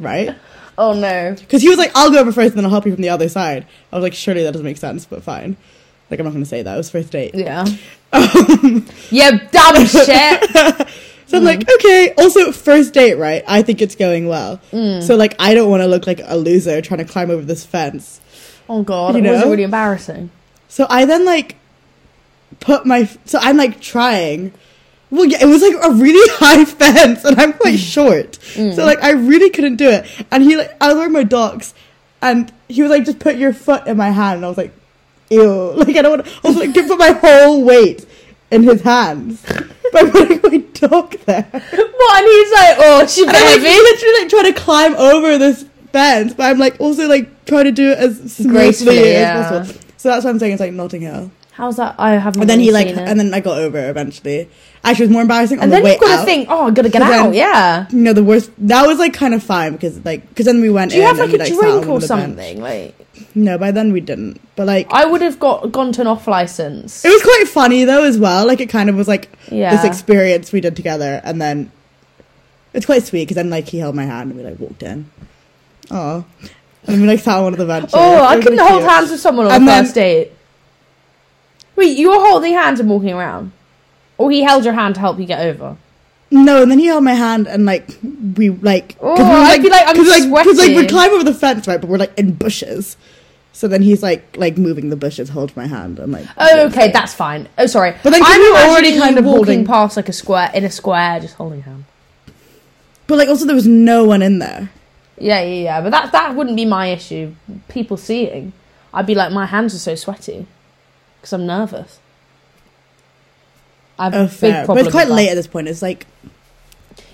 Speaker 2: right?
Speaker 1: Oh no.
Speaker 2: Because he was like, "I'll go over first, and then I'll help you from the other side." I was like, "Surely that doesn't make sense," but fine. Like I'm not gonna say that. It was first
Speaker 1: [laughs]
Speaker 2: date.
Speaker 1: Yeah. you dumb shit.
Speaker 2: So I'm like, okay. Also, first date, right? I think it's going well. So like, I don't want to look like a loser trying to climb over this fence.
Speaker 1: [laughs] Oh god,
Speaker 2: You
Speaker 1: it was
Speaker 2: know?
Speaker 1: really embarrassing.
Speaker 2: So I then like put my so I'm like trying. Well, yeah, it was like a really [laughs] high fence, and I'm
Speaker 1: Mm.
Speaker 2: quite short, so like I really couldn't do it. And he like I was wearing my docs, and he was like, "Just put your foot in my hand," and I was like, "Ew!" [laughs] Like I don't want. I was like, "Give put my whole weight in his
Speaker 1: [laughs]
Speaker 2: hands by putting my dog there."
Speaker 1: [laughs] What? And he's like, oh, she
Speaker 2: And I'm
Speaker 1: better
Speaker 2: like
Speaker 1: be.
Speaker 2: literally like trying to climb over this fence, but I'm like also like trying to do it as smoothly
Speaker 1: Gracefully,
Speaker 2: as
Speaker 1: yeah.
Speaker 2: possible. So that's what I'm saying. It's like Notting Hill.
Speaker 1: How's that? I haven't.
Speaker 2: And then he
Speaker 1: really
Speaker 2: like,
Speaker 1: seen it.
Speaker 2: and then I got over it eventually. Actually, it was more embarrassing on
Speaker 1: And
Speaker 2: the
Speaker 1: then
Speaker 2: way
Speaker 1: you've got to
Speaker 2: out.
Speaker 1: think, oh, I gotta get
Speaker 2: So [laughs] then-
Speaker 1: out. Yeah.
Speaker 2: No, the worst. That was like kind of fine because like, because then we went.
Speaker 1: Do you
Speaker 2: in
Speaker 1: have like
Speaker 2: and,
Speaker 1: a
Speaker 2: sat on
Speaker 1: drink or
Speaker 2: the bench.
Speaker 1: something? Like,
Speaker 2: No, by then we didn't. But like,
Speaker 1: I would have got gone to an off license.
Speaker 2: it was quite funny though as well. Like, it kind of was like
Speaker 1: Yeah.
Speaker 2: this experience we did together, and then it's quite sweet because then like he held my hand and we like walked in. Oh, and we like sat on one of the benches.
Speaker 1: Oh,
Speaker 2: It
Speaker 1: I
Speaker 2: was
Speaker 1: couldn't
Speaker 2: really
Speaker 1: hold
Speaker 2: cute.
Speaker 1: hands with someone on
Speaker 2: And
Speaker 1: the
Speaker 2: then-
Speaker 1: first date. Wait, you were holding hands and walking around, or he held your hand to help you get over?
Speaker 2: No, and then he held my hand and like we like
Speaker 1: Oh,
Speaker 2: we were,
Speaker 1: I feel like I'm
Speaker 2: because like we
Speaker 1: sweating.
Speaker 2: climb over the fence right, but we're like in bushes. So then he's like like moving the bushes, hold my hand and like
Speaker 1: Oh, okay, that's fine. Oh, sorry.
Speaker 2: But then
Speaker 1: I'm
Speaker 2: you were
Speaker 1: imagining
Speaker 2: already
Speaker 1: you
Speaker 2: kind of
Speaker 1: walking
Speaker 2: holding-
Speaker 1: past like a square in a square, just holding hand.
Speaker 2: But like also there was no one in there.
Speaker 1: Yeah, yeah, yeah. But that that wouldn't be my issue. People seeing, I'd be like, my hands are so sweaty because I'm nervous. I have
Speaker 2: Oh
Speaker 1: a big
Speaker 2: fair. But
Speaker 1: problem.
Speaker 2: it's quite
Speaker 1: with that.
Speaker 2: late at this point. It's like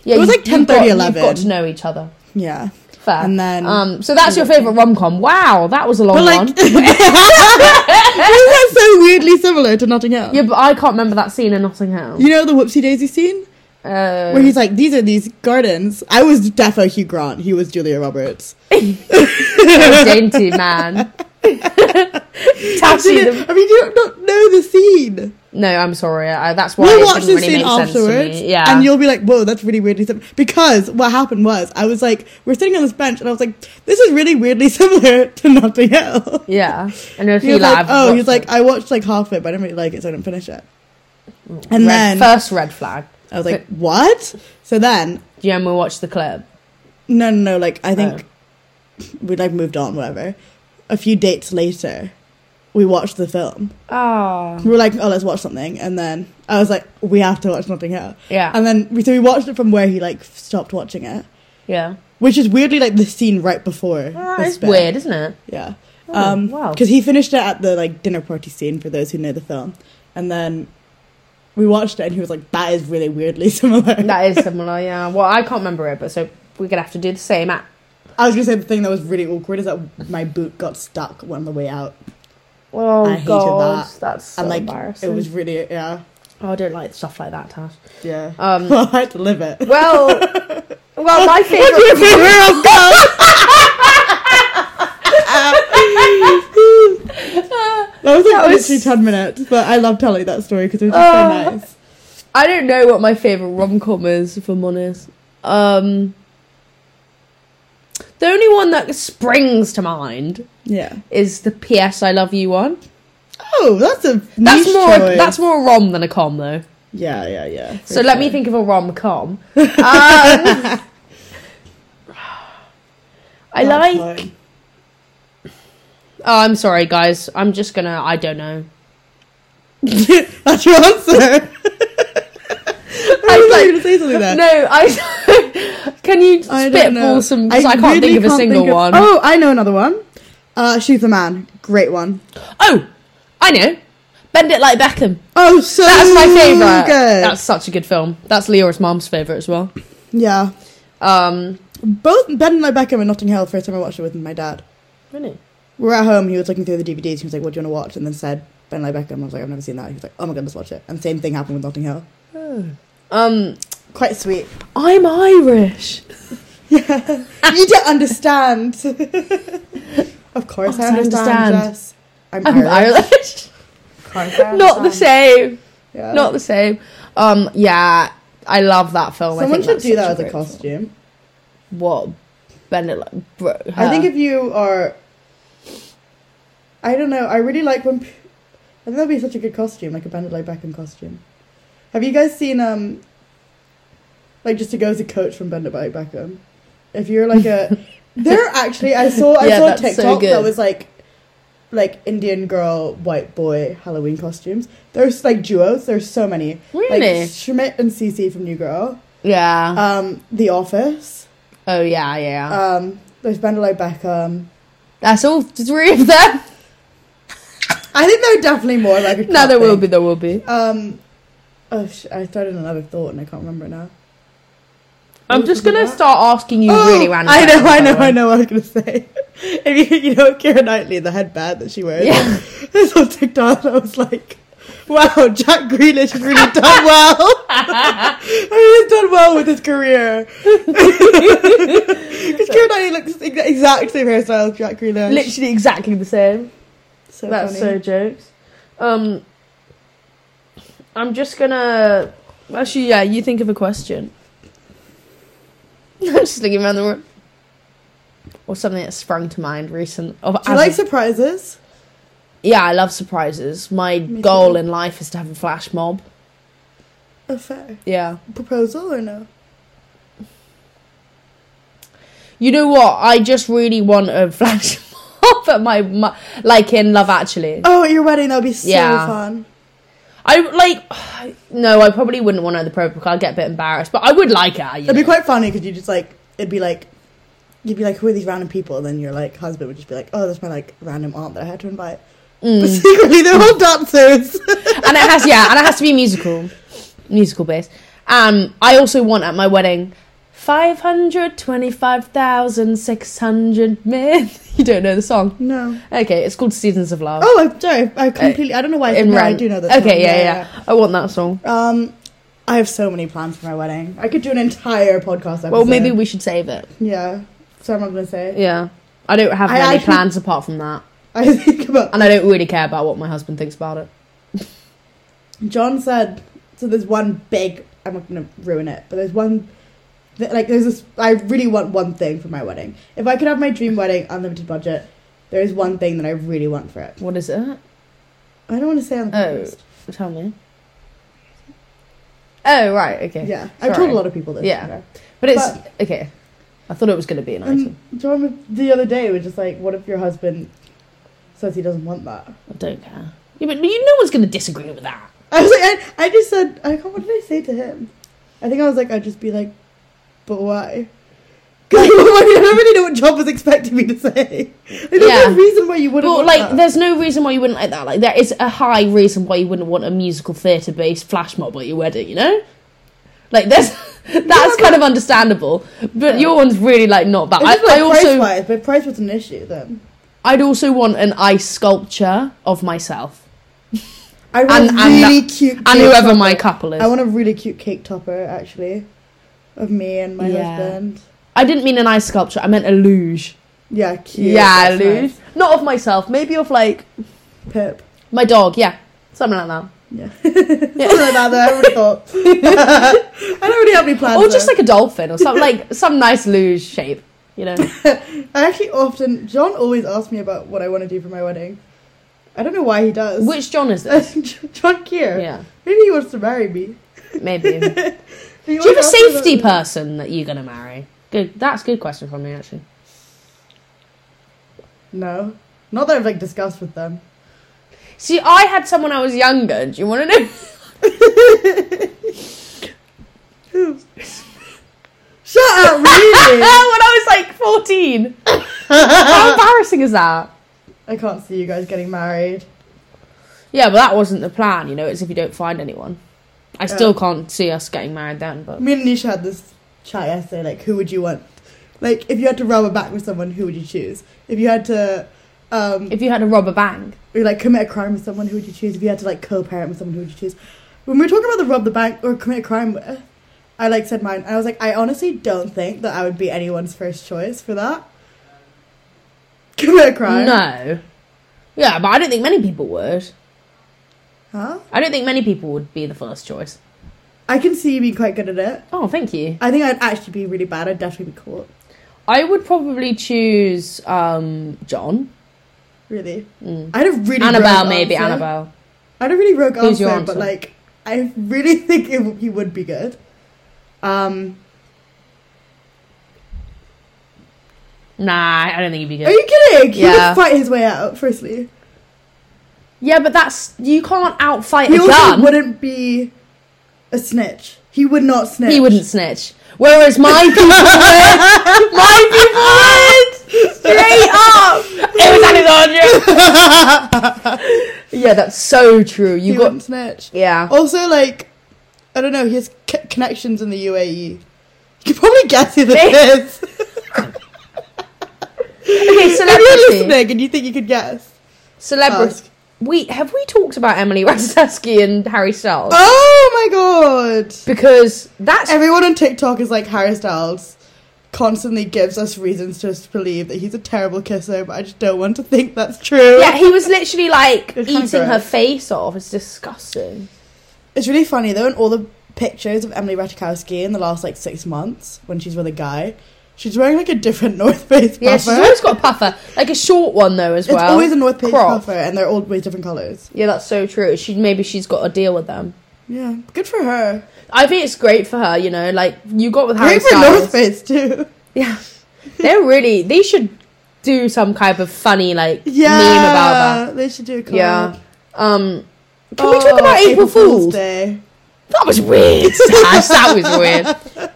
Speaker 1: Yeah,
Speaker 2: It was
Speaker 1: you-
Speaker 2: like
Speaker 1: you've
Speaker 2: 10:30,
Speaker 1: got- You've
Speaker 2: 11.
Speaker 1: got to know each other.
Speaker 2: yeah.
Speaker 1: Fair.
Speaker 2: And then-
Speaker 1: um, so that's your favorite rom com. Wow, that was a long
Speaker 2: But like [laughs]
Speaker 1: one.
Speaker 2: Isn't that so weirdly similar to Notting Hill?
Speaker 1: Yeah, but I can't remember that scene in Notting Hill.
Speaker 2: You know the whoopsie daisy scene? [laughs]
Speaker 1: Uh,
Speaker 2: Where he's like, These are these gardens. I was defo Hugh Grant, he was Julia Roberts.
Speaker 1: dainty
Speaker 2: [laughs]
Speaker 1: man. Tashi the-
Speaker 2: I mean you don't know the scene.
Speaker 1: No, I'm sorry. I, that's why
Speaker 2: We'll
Speaker 1: it
Speaker 2: watch
Speaker 1: didn't
Speaker 2: this
Speaker 1: really
Speaker 2: scene
Speaker 1: make sense
Speaker 2: afterwards,
Speaker 1: to me. Yeah,
Speaker 2: and you'll be like, "Whoa, that's really weirdly similar." Because what happened was, I was like, we're sitting on this bench, and I was like, "This is really weirdly [laughs] similar to Notting Hill."
Speaker 1: yeah. And if
Speaker 2: He
Speaker 1: you
Speaker 2: was like,
Speaker 1: like,
Speaker 2: "Oh, he's like, I watched like half of it, but I didn't really like it, so I didn't finish it." And
Speaker 1: red,
Speaker 2: then
Speaker 1: first red flag.
Speaker 2: I was
Speaker 1: [laughs]
Speaker 2: like, "What?" So then,
Speaker 1: Yeah, and we watched the clip.
Speaker 2: no, no, no. Like, I think
Speaker 1: Oh.
Speaker 2: we like moved on, whatever. A few dates later, we watched the film.
Speaker 1: Oh.
Speaker 2: We were like, "Oh, let's watch something," and then I was like, "We have to watch Notting Hill."
Speaker 1: Yeah.
Speaker 2: And then we so we watched it from where he like stopped watching it.
Speaker 1: yeah.
Speaker 2: which is weirdly like the scene right before.
Speaker 1: Ah,
Speaker 2: this
Speaker 1: it's
Speaker 2: bit.
Speaker 1: weird, isn't it?
Speaker 2: Yeah.
Speaker 1: Oh,
Speaker 2: Um 'cause
Speaker 1: wow.
Speaker 2: Because he finished it at the like dinner party scene for those who know the film, and then we watched it and he was like, "That is really weirdly [laughs] similar."
Speaker 1: [laughs] That is similar, yeah. Well, I can't remember it, but so we're going to have to do the same act.
Speaker 2: I was gonna say the thing that was really awkward is that my boot got stuck on the way out,
Speaker 1: Oh,
Speaker 2: I hated
Speaker 1: God.
Speaker 2: that.
Speaker 1: That's so
Speaker 2: and like
Speaker 1: embarrassing.
Speaker 2: it was really yeah
Speaker 1: Oh, I don't like stuff like that, Tash.
Speaker 2: yeah.
Speaker 1: Um,
Speaker 2: well, [laughs] I had to live it.
Speaker 1: [laughs] Well, well, my
Speaker 2: What's your
Speaker 1: favorite.
Speaker 2: favorite rom [laughs] That was like
Speaker 1: Ah. That was-
Speaker 2: literally ten minutes, but I love telling that story because it was just
Speaker 1: Oh.
Speaker 2: so nice.
Speaker 1: [laughs] I don't know what my favorite rom com is, if I'm honest. Um, The only one that springs to mind
Speaker 2: Yeah.
Speaker 1: is the PS I Love You one.
Speaker 2: Oh, that's a
Speaker 1: That's
Speaker 2: niche
Speaker 1: more
Speaker 2: choice.
Speaker 1: that's more a rom than a com though.
Speaker 2: yeah, yeah, yeah. for
Speaker 1: So let
Speaker 2: sure.
Speaker 1: me think of a rom
Speaker 2: [laughs]
Speaker 1: com. Um, I
Speaker 2: That's
Speaker 1: like.
Speaker 2: mine.
Speaker 1: Oh, I'm sorry, guys. I'm just gonna. I don't know.
Speaker 2: [laughs] that's your answer. [laughs] I was like, to say something there.
Speaker 1: No, I. [laughs] can you
Speaker 2: Uh, I don't know.
Speaker 1: spitball some? Because I, can't
Speaker 2: really
Speaker 1: think of a
Speaker 2: can't
Speaker 1: single
Speaker 2: think of-
Speaker 1: one. Oh.
Speaker 2: Oh, I know another one. Uh, She's a man. Great one.
Speaker 1: Oh! I know. Bend it like Beckham.
Speaker 2: Oh, so
Speaker 1: That's my favorite.
Speaker 2: Good.
Speaker 1: That's such a good film. That's Leora's mom's favorite as well.
Speaker 2: Yeah.
Speaker 1: Um,
Speaker 2: Both Ben and I Beckham and Notting Hill. First time I watched it with my dad.
Speaker 1: really?
Speaker 2: We were at home. He was looking through the DVDs. He was like, "What do you want to watch?" And then said Ben and I Beckham. I was like, "I've never seen that." He was like, "Oh my god, let's watch it." And same thing happened with Notting Hill.
Speaker 1: Um,
Speaker 2: Quite sweet.
Speaker 1: I'm Irish.
Speaker 2: you don't understand. of course,
Speaker 1: Of course I
Speaker 2: I understand.
Speaker 1: understand.
Speaker 2: Jess. I'm,
Speaker 1: I'm
Speaker 2: Irish. Oh.
Speaker 1: Irish. Not the same.
Speaker 2: Yeah.
Speaker 1: Not the same. Um, yeah, I love that film. I
Speaker 2: Someone
Speaker 1: think
Speaker 2: should
Speaker 1: that's
Speaker 2: do
Speaker 1: such
Speaker 2: that as a
Speaker 1: great film.
Speaker 2: costume.
Speaker 1: What? Bend it like. Bro,
Speaker 2: I think
Speaker 1: her.
Speaker 2: if you are, I don't know. I really like when. p- I think that'd be such a good costume, like a bandit like Beckham costume. Have you guys seen um? Like just to go as a coach from Bandit like Beckham, if you're like
Speaker 1: [laughs]
Speaker 2: a, there are actually I saw I
Speaker 1: Yeah,
Speaker 2: saw a
Speaker 1: that's so
Speaker 2: TikTok
Speaker 1: good.
Speaker 2: that was like, like Indian girl white boy Halloween costumes. There's like duos. There's so many.
Speaker 1: Really? Uh-huh.
Speaker 2: Like Schmidt and Cece from New Girl.
Speaker 1: yeah.
Speaker 2: Um, The Office.
Speaker 1: oh yeah, yeah.
Speaker 2: Um, there's Bandit like um, Beckham.
Speaker 1: That's all three of them.
Speaker 2: I think there are definitely more like a
Speaker 1: [laughs] No,
Speaker 2: top
Speaker 1: there will be.
Speaker 2: thing.
Speaker 1: There will be.
Speaker 2: Um, oh, sh- I started another thought and I can't remember it now.
Speaker 1: I'm
Speaker 2: What
Speaker 1: just
Speaker 2: was
Speaker 1: gonna
Speaker 2: that?
Speaker 1: start asking you
Speaker 2: Oh,
Speaker 1: really random.
Speaker 2: I know,
Speaker 1: questions, by
Speaker 2: I know,
Speaker 1: the way.
Speaker 2: I know. What I was gonna say. [laughs] If you, you know Kira Knightley, the headband that she [laughs] wears.
Speaker 1: Yeah.
Speaker 2: It's on TikTok. And I was like, wow, Jack Grealish has really done well. [laughs] I mean, he's done well with his career. [laughs] Because Kira Knightley looks the exa- exact same hairstyle as Jack Grealish.
Speaker 1: Literally exactly the same.
Speaker 2: so
Speaker 1: That's so
Speaker 2: funny.
Speaker 1: jokes. Um, I'm just gonna. Actually, yeah. You think of a question. I'm [laughs] just thinking around the room. Or something that sprung to mind recent. Of,
Speaker 2: Do you
Speaker 1: as
Speaker 2: like
Speaker 1: of-
Speaker 2: surprises?
Speaker 1: yeah, I love surprises. My
Speaker 2: Me
Speaker 1: goal
Speaker 2: too.
Speaker 1: in life is to have a flash mob.
Speaker 2: A fair
Speaker 1: Yeah.
Speaker 2: proposal or no?
Speaker 1: You know what? I just really want a [laughs] flash mob at my, mu like in Love Actually.
Speaker 2: Oh, at your wedding, that would be so
Speaker 1: Yeah.
Speaker 2: fun.
Speaker 1: I like. [sighs] No, I probably wouldn't want it at the pro because I'd get a bit embarrassed, but I would like it. You
Speaker 2: It'd
Speaker 1: know?
Speaker 2: be quite funny because you just like it'd be like you'd be like who are these random people and then your like husband would just be like oh that's my like random aunt that I had to invite but
Speaker 1: Mm.
Speaker 2: [laughs] secretly they're
Speaker 1: [laughs]
Speaker 2: all dancers
Speaker 1: and it has yeah, and it has to be musical, musical based. Um, I also want at my wedding. 525,600 men. [laughs] You don't know the song.
Speaker 2: no
Speaker 1: Okay, it's called Seasons of Love.
Speaker 2: [laughs] oh I'm sorry I completely I don't know why I,
Speaker 1: in
Speaker 2: no, I
Speaker 1: Rent.
Speaker 2: do know this
Speaker 1: Okay, yeah, yeah, I want that song.
Speaker 2: um I have so many plans for my wedding I could do an entire podcast episode
Speaker 1: Well, maybe we should save it.
Speaker 2: yeah so I'm not gonna say it.
Speaker 1: Yeah. I don't have
Speaker 2: I
Speaker 1: many
Speaker 2: actually-
Speaker 1: plans apart from that.
Speaker 2: I think about
Speaker 1: And I don't really care about what my husband thinks about it.
Speaker 2: John said, so there's one big, I'm not going to ruin it, but there's one, th- like, there's this, I really want one thing for my wedding. If I could have my dream wedding, unlimited budget, there is one thing that I really want for it.
Speaker 1: What is it?
Speaker 2: I don't want to say on the
Speaker 1: Oh,
Speaker 2: podcast.
Speaker 1: Tell me. Oh, right, okay.
Speaker 2: Yeah. I've told
Speaker 1: sorry.
Speaker 2: a lot of people this.
Speaker 1: Yeah.
Speaker 2: okay.
Speaker 1: But it's. okay. I thought it was going to be an item.
Speaker 2: And John, was- the other day, was just like, what if your husband says he doesn't want that?
Speaker 1: I don't care. Yeah, but you, no one's going to disagree with that.
Speaker 2: I was like, I, I just said, I can't, what did I say to him? I think I was like, I'd just be like, but why? [laughs] Because I don't really know what John was expecting me to say. Like, there's
Speaker 1: Yeah.
Speaker 2: no reason why you wouldn't.
Speaker 1: But,
Speaker 2: want
Speaker 1: like,
Speaker 2: that.
Speaker 1: there's no reason why you wouldn't like that. Like, there is a high reason why you wouldn't want a musical theatre based flash mob at your wedding, you know? Like, there's. [laughs] That's kind of understandable, but
Speaker 2: Yeah.
Speaker 1: your one's really like not bad.
Speaker 2: It's just,
Speaker 1: I, I
Speaker 2: like, price
Speaker 1: also,
Speaker 2: wise, but price was an issue then.
Speaker 1: I'd also want an ice sculpture of myself
Speaker 2: I want
Speaker 1: And-
Speaker 2: a
Speaker 1: and
Speaker 2: really cute
Speaker 1: and
Speaker 2: cake
Speaker 1: whoever
Speaker 2: topper.
Speaker 1: my couple is.
Speaker 2: I want a really cute cake topper actually, of me and my
Speaker 1: Yeah.
Speaker 2: husband.
Speaker 1: I didn't mean an ice sculpture. I meant a luge.
Speaker 2: Yeah, cute.
Speaker 1: yeah, a
Speaker 2: that's
Speaker 1: luge.
Speaker 2: nice.
Speaker 1: Not of myself. Maybe of like
Speaker 2: Pip.
Speaker 1: my dog. Yeah, something like that.
Speaker 2: Yeah. [laughs] Something like that. though, I would have thought. [laughs] I don't really have any plans.
Speaker 1: or just [laughs]
Speaker 2: though.
Speaker 1: like a dolphin or something like some nice luge shape. you know.
Speaker 2: I actually often John always asks me about what I want to do for my wedding. I don't know why he does.
Speaker 1: Which John is this?
Speaker 2: [laughs] John Keir.
Speaker 1: Yeah,
Speaker 2: Maybe he wants to marry me.
Speaker 1: maybe. Do
Speaker 2: He
Speaker 1: you have a
Speaker 2: always asks me
Speaker 1: safety
Speaker 2: about-
Speaker 1: person that you're gonna marry? Good. That's a good question from me actually.
Speaker 2: No, not that I've like discussed with them.
Speaker 1: See, I had someone I was younger. Do you want to know?
Speaker 2: Shut
Speaker 1: [laughs]
Speaker 2: up,
Speaker 1: when
Speaker 2: really.
Speaker 1: I was like 14. How embarrassing is that?
Speaker 2: I can't see you guys getting married.
Speaker 1: Yeah, but that wasn't the plan, you know, it's if you don't find anyone. I still can't see us getting married then, but.
Speaker 2: Me and Nisha had this chat yesterday. Like, who would you want? Like, if you had to rub a back with someone, who would you choose? If you had to, um,
Speaker 1: If you had a robber bank.
Speaker 2: or, like commit a crime with someone, who would you choose? If you had to like co-parent with someone, who would you choose? When we were talking about the rob the bank or commit a crime with, I like said mine. I was like, I honestly don't think that I would be anyone's first choice for that. Commit a crime?
Speaker 1: No. Yeah, but I don't think many people would.
Speaker 2: Huh?
Speaker 1: I don't think many people would be the first choice.
Speaker 2: I can see you being quite good at it.
Speaker 1: Oh, thank you.
Speaker 2: I think I'd actually be really bad. I'd definitely be caught.
Speaker 1: I would probably choose um, John.
Speaker 2: Really.
Speaker 1: Mm.
Speaker 2: I had a really
Speaker 1: Annabelle,
Speaker 2: rogue
Speaker 1: maybe.
Speaker 2: answer.
Speaker 1: Annabelle.
Speaker 2: I had a really rogue
Speaker 1: Who's
Speaker 2: answer,
Speaker 1: your
Speaker 2: but
Speaker 1: answer?
Speaker 2: like I really [laughs] think it, w- he would be good. Um,
Speaker 1: Nah, I don't think he'd be good.
Speaker 2: Are you kidding? He
Speaker 1: Yeah.
Speaker 2: would fight his way out. Firstly,
Speaker 1: yeah, but that's. You can't outfight
Speaker 2: he
Speaker 1: a
Speaker 2: also
Speaker 1: gun.
Speaker 2: wouldn't be a snitch. He would not snitch.
Speaker 1: He wouldn't snitch. Whereas
Speaker 2: [laughs]
Speaker 1: my people would. My people would. Straight up. It was Alexandra. [laughs] yeah, that's so true.
Speaker 2: He Oh,
Speaker 1: You
Speaker 2: wouldn't
Speaker 1: got.
Speaker 2: snitch.
Speaker 1: Yeah.
Speaker 2: Also, like I don't know, he has c- connections in the UAE. You could probably guess who this is.
Speaker 1: Okay,
Speaker 2: If you're
Speaker 1: celebrity.
Speaker 2: listening and you think you could guess,
Speaker 1: Celebrity.
Speaker 2: ask.
Speaker 1: We have we talked about Emily [laughs] Ratajkowski and Harry Styles
Speaker 2: Uh, Oh my god!
Speaker 1: because that's
Speaker 2: Everyone on TikTok is like Harry Styles constantly gives us reasons to believe that he's a terrible kisser, but I just don't want to think that's true.
Speaker 1: [laughs] yeah. He was literally like
Speaker 2: It's kinda
Speaker 1: eating her
Speaker 2: gross.
Speaker 1: face off. It's disgusting.
Speaker 2: It's really funny though, in all the pictures of Emily Ratajkowski in the last like six months when she's with a guy, she's wearing like a different [laughs] North Face puffer.
Speaker 1: Yeah, she's always got a puffer, like a short one though as
Speaker 2: it's
Speaker 1: well.
Speaker 2: always a North Face
Speaker 1: Crop.
Speaker 2: puffer, and they're always different colours.
Speaker 1: Yeah, that's so true. She maybe she's got a deal with them.
Speaker 2: Yeah, good for her.
Speaker 1: I think it's great for her. You know, like you got with Harry
Speaker 2: Great for
Speaker 1: Styles.
Speaker 2: North Face too.
Speaker 1: Yeah, they're really. They should do some kind of funny like
Speaker 2: [laughs] Yeah,
Speaker 1: meme about
Speaker 2: They should do a
Speaker 1: that.
Speaker 2: collab.
Speaker 1: Yeah. Um. Can we talk about April, Fools?
Speaker 2: Oh, Day?
Speaker 1: That was
Speaker 2: [laughs]
Speaker 1: weird. Sash. that was weird.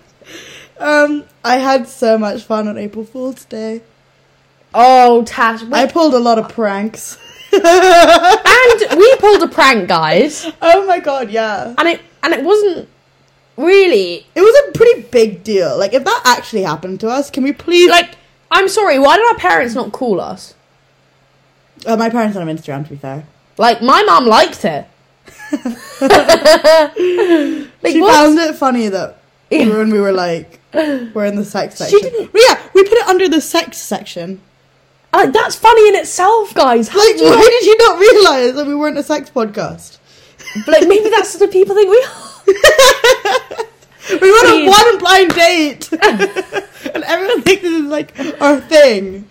Speaker 2: Um, I had so much fun on April Fool's Day.
Speaker 1: Oh, Tash. we-
Speaker 2: I pulled a lot of pranks. [laughs]
Speaker 1: and we pulled a prank, guys,
Speaker 2: Oh my god, yeah.
Speaker 1: and it and it wasn't really
Speaker 2: It was a pretty big deal. Like, if that actually happened to us, can we please?
Speaker 1: like. I'm sorry. Why did our parents not call us?
Speaker 2: uh, my parents aren't on Instagram, to be fair.
Speaker 1: Like my mom liked
Speaker 2: [laughs]
Speaker 1: it. like
Speaker 2: she
Speaker 1: what?
Speaker 2: found it funny that
Speaker 1: Yeah.
Speaker 2: when we were [laughs] like, we're in the sex
Speaker 1: She
Speaker 2: section.
Speaker 1: didn't-
Speaker 2: But yeah, we put it under the sex section.
Speaker 1: like Uh, that's funny in itself, guys. How
Speaker 2: [laughs] Like,
Speaker 1: do you
Speaker 2: why did you not realize that we weren't a sex podcast?
Speaker 1: not- [laughs] like maybe that's the people think we are.
Speaker 2: We went on
Speaker 1: Please.
Speaker 2: one blind [laughs] date, and everyone thinks this is like our thing.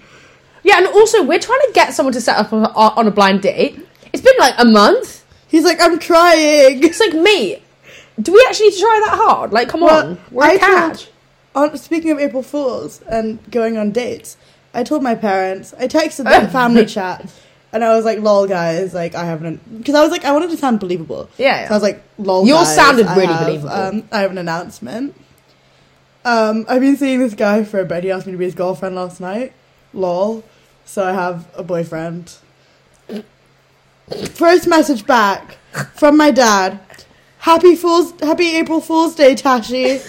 Speaker 1: Yeah, and also we're trying to get someone to set up on, on a blind date. It's been like a month.
Speaker 2: He's like, I'm trying.
Speaker 1: It's like mate, do we actually need to try that hard? Like come
Speaker 2: Well,
Speaker 1: on, we're a
Speaker 2: I told-
Speaker 1: catch.
Speaker 2: On, speaking of April Fools and going on dates, I told my parents, I
Speaker 1: [laughs]
Speaker 2: texted them family chat, and I was like, lol, guys, like, I haven't, because I was like, I wanted to sound believable.
Speaker 1: Yeah, yeah.
Speaker 2: So I was like, lol,
Speaker 1: Yours
Speaker 2: guys,
Speaker 1: sounded
Speaker 2: I
Speaker 1: really
Speaker 2: have,
Speaker 1: believable.
Speaker 2: Um, I have an announcement. Um, I've been seeing this guy for a bit. He asked me to be his girlfriend last night. Lol. So I have a boyfriend. First message back from my dad. Happy Fools, Happy April Fool's Day, Tashi.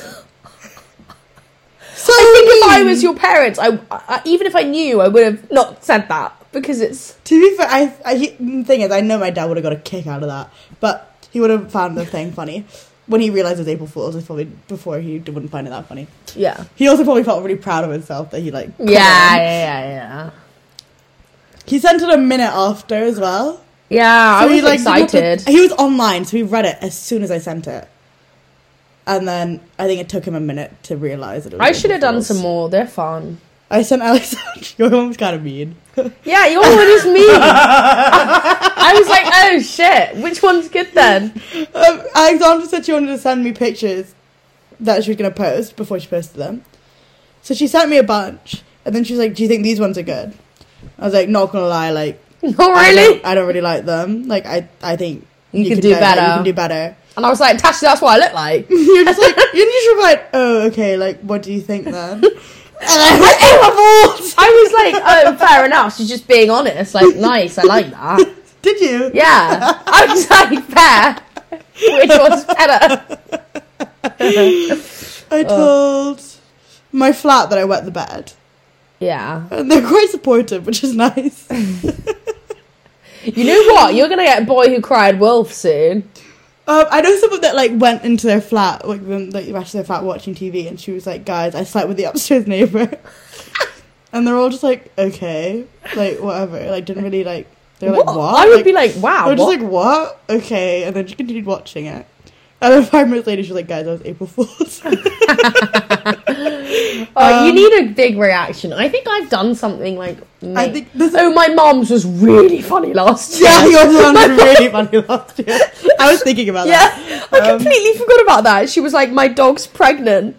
Speaker 2: So
Speaker 1: I think if I was your parents, I, I even if I knew, I would have not said that because it's
Speaker 2: To be fair, I, I he- the thing is, I know my dad would have got a kick out of that, but he would have found the thing funny when he realized it was April Fool's. It's probably before he d- wouldn't find it that funny.
Speaker 1: yeah,
Speaker 2: He also probably felt really proud of himself that he like.
Speaker 1: yeah, yeah, yeah, yeah.
Speaker 2: He sent it a minute after as well.
Speaker 1: Yeah, I
Speaker 2: he
Speaker 1: was
Speaker 2: didn't have to-
Speaker 1: excited.
Speaker 2: he was online, so he read it as soon as I sent it. And then I think it took him a minute to realize it. Was
Speaker 1: I should have
Speaker 2: April
Speaker 1: done
Speaker 2: Fool's.
Speaker 1: some more. They're fun.
Speaker 2: I sent Alexandra. [laughs] Your mom's kind of mean. [laughs]
Speaker 1: Yeah, your one is [laughs] me. I was like, oh shit, which one's good then?
Speaker 2: Um, Alexandra said she wanted to send me pictures that she was going to post before she posted them. So she sent me a bunch, and then she was like, "Do you think these ones are good?" I was like, "Not gonna lie, like
Speaker 1: Not
Speaker 2: I
Speaker 1: really.
Speaker 2: don't, I don't really like them. Like I, I think
Speaker 1: You can do
Speaker 2: yeah, You
Speaker 1: better.
Speaker 2: can do better."
Speaker 1: And I was like, Tash, that's what I look like.
Speaker 2: [laughs] You're just like, you just replied, "Oh, okay. Like, what do you think [laughs] then?" and I was like,
Speaker 1: I was like, oh, fair enough. She's just being honest. Like, nice, I like that.
Speaker 2: "Did you?"
Speaker 1: Yeah. I was like, fair. Which one's better?
Speaker 2: I told my flat that I wet the bed,
Speaker 1: Yeah.
Speaker 2: and they're quite supportive, which is [laughs] nice.
Speaker 1: You know what? You're gonna get boy who cried wolf soon.
Speaker 2: Um, I know someone that like went into their flat, like them, like the rest of their flat, watching TV, and she was like, "Guys, I slept with the upstairs [laughs] neighbor," and they're all just like, "Okay, like whatever." Like didn't really like. They're like, "What?"
Speaker 1: I would be like,
Speaker 2: They're
Speaker 1: wow.
Speaker 2: just
Speaker 1: What?
Speaker 2: like, "What?" Okay, and then she continued watching it. And then five minutes later, she was like, "Guys, I was April Fool's." [laughs]
Speaker 1: Oh, you
Speaker 2: um,
Speaker 1: need a big reaction. I think I've done something like.
Speaker 2: I
Speaker 1: me-
Speaker 2: think this.
Speaker 1: Oh, my mom's was really funny last year.
Speaker 2: [laughs]
Speaker 1: [laughs]
Speaker 2: yeah, your one was really funny last year. I was thinking about that.
Speaker 1: Yeah, I
Speaker 2: Um,
Speaker 1: completely forgot about that. She was like, "My dog's pregnant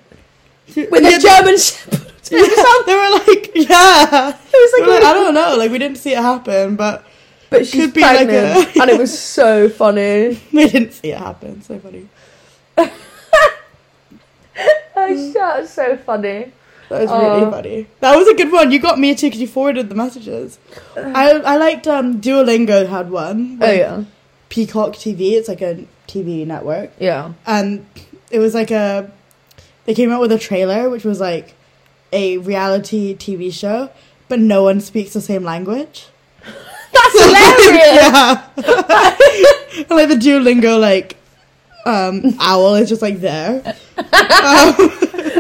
Speaker 1: with
Speaker 2: [laughs] Yeah,
Speaker 1: a German Shepherd." [laughs]
Speaker 2: they, yeah, they were like, "Yeah."
Speaker 1: It was like,
Speaker 2: They
Speaker 1: "Oh,
Speaker 2: were like, I don't know. Like we didn't see it happen, but. [laughs]
Speaker 1: but she's
Speaker 2: could be like
Speaker 1: pregnant,
Speaker 2: a- [laughs]
Speaker 1: and it was so funny.
Speaker 2: They didn't see it happen. So funny.
Speaker 1: Oh, shit, that's so funny.
Speaker 2: That was
Speaker 1: Aw.
Speaker 2: really funny. That was a good one. You got me too because you forwarded the messages. I I liked um Duolingo had one.
Speaker 1: Oh
Speaker 2: with
Speaker 1: yeah,
Speaker 2: Peacock TV. It's like a TV network,
Speaker 1: yeah.
Speaker 2: and Um, it was like a. They came out with a trailer which was like a reality TV show, but no one speaks the same
Speaker 1: [laughs]
Speaker 2: language.
Speaker 1: That's hilarious.
Speaker 2: yeah. And, like the Duolingo like um owl is just like
Speaker 1: [laughs]
Speaker 2: there. Um,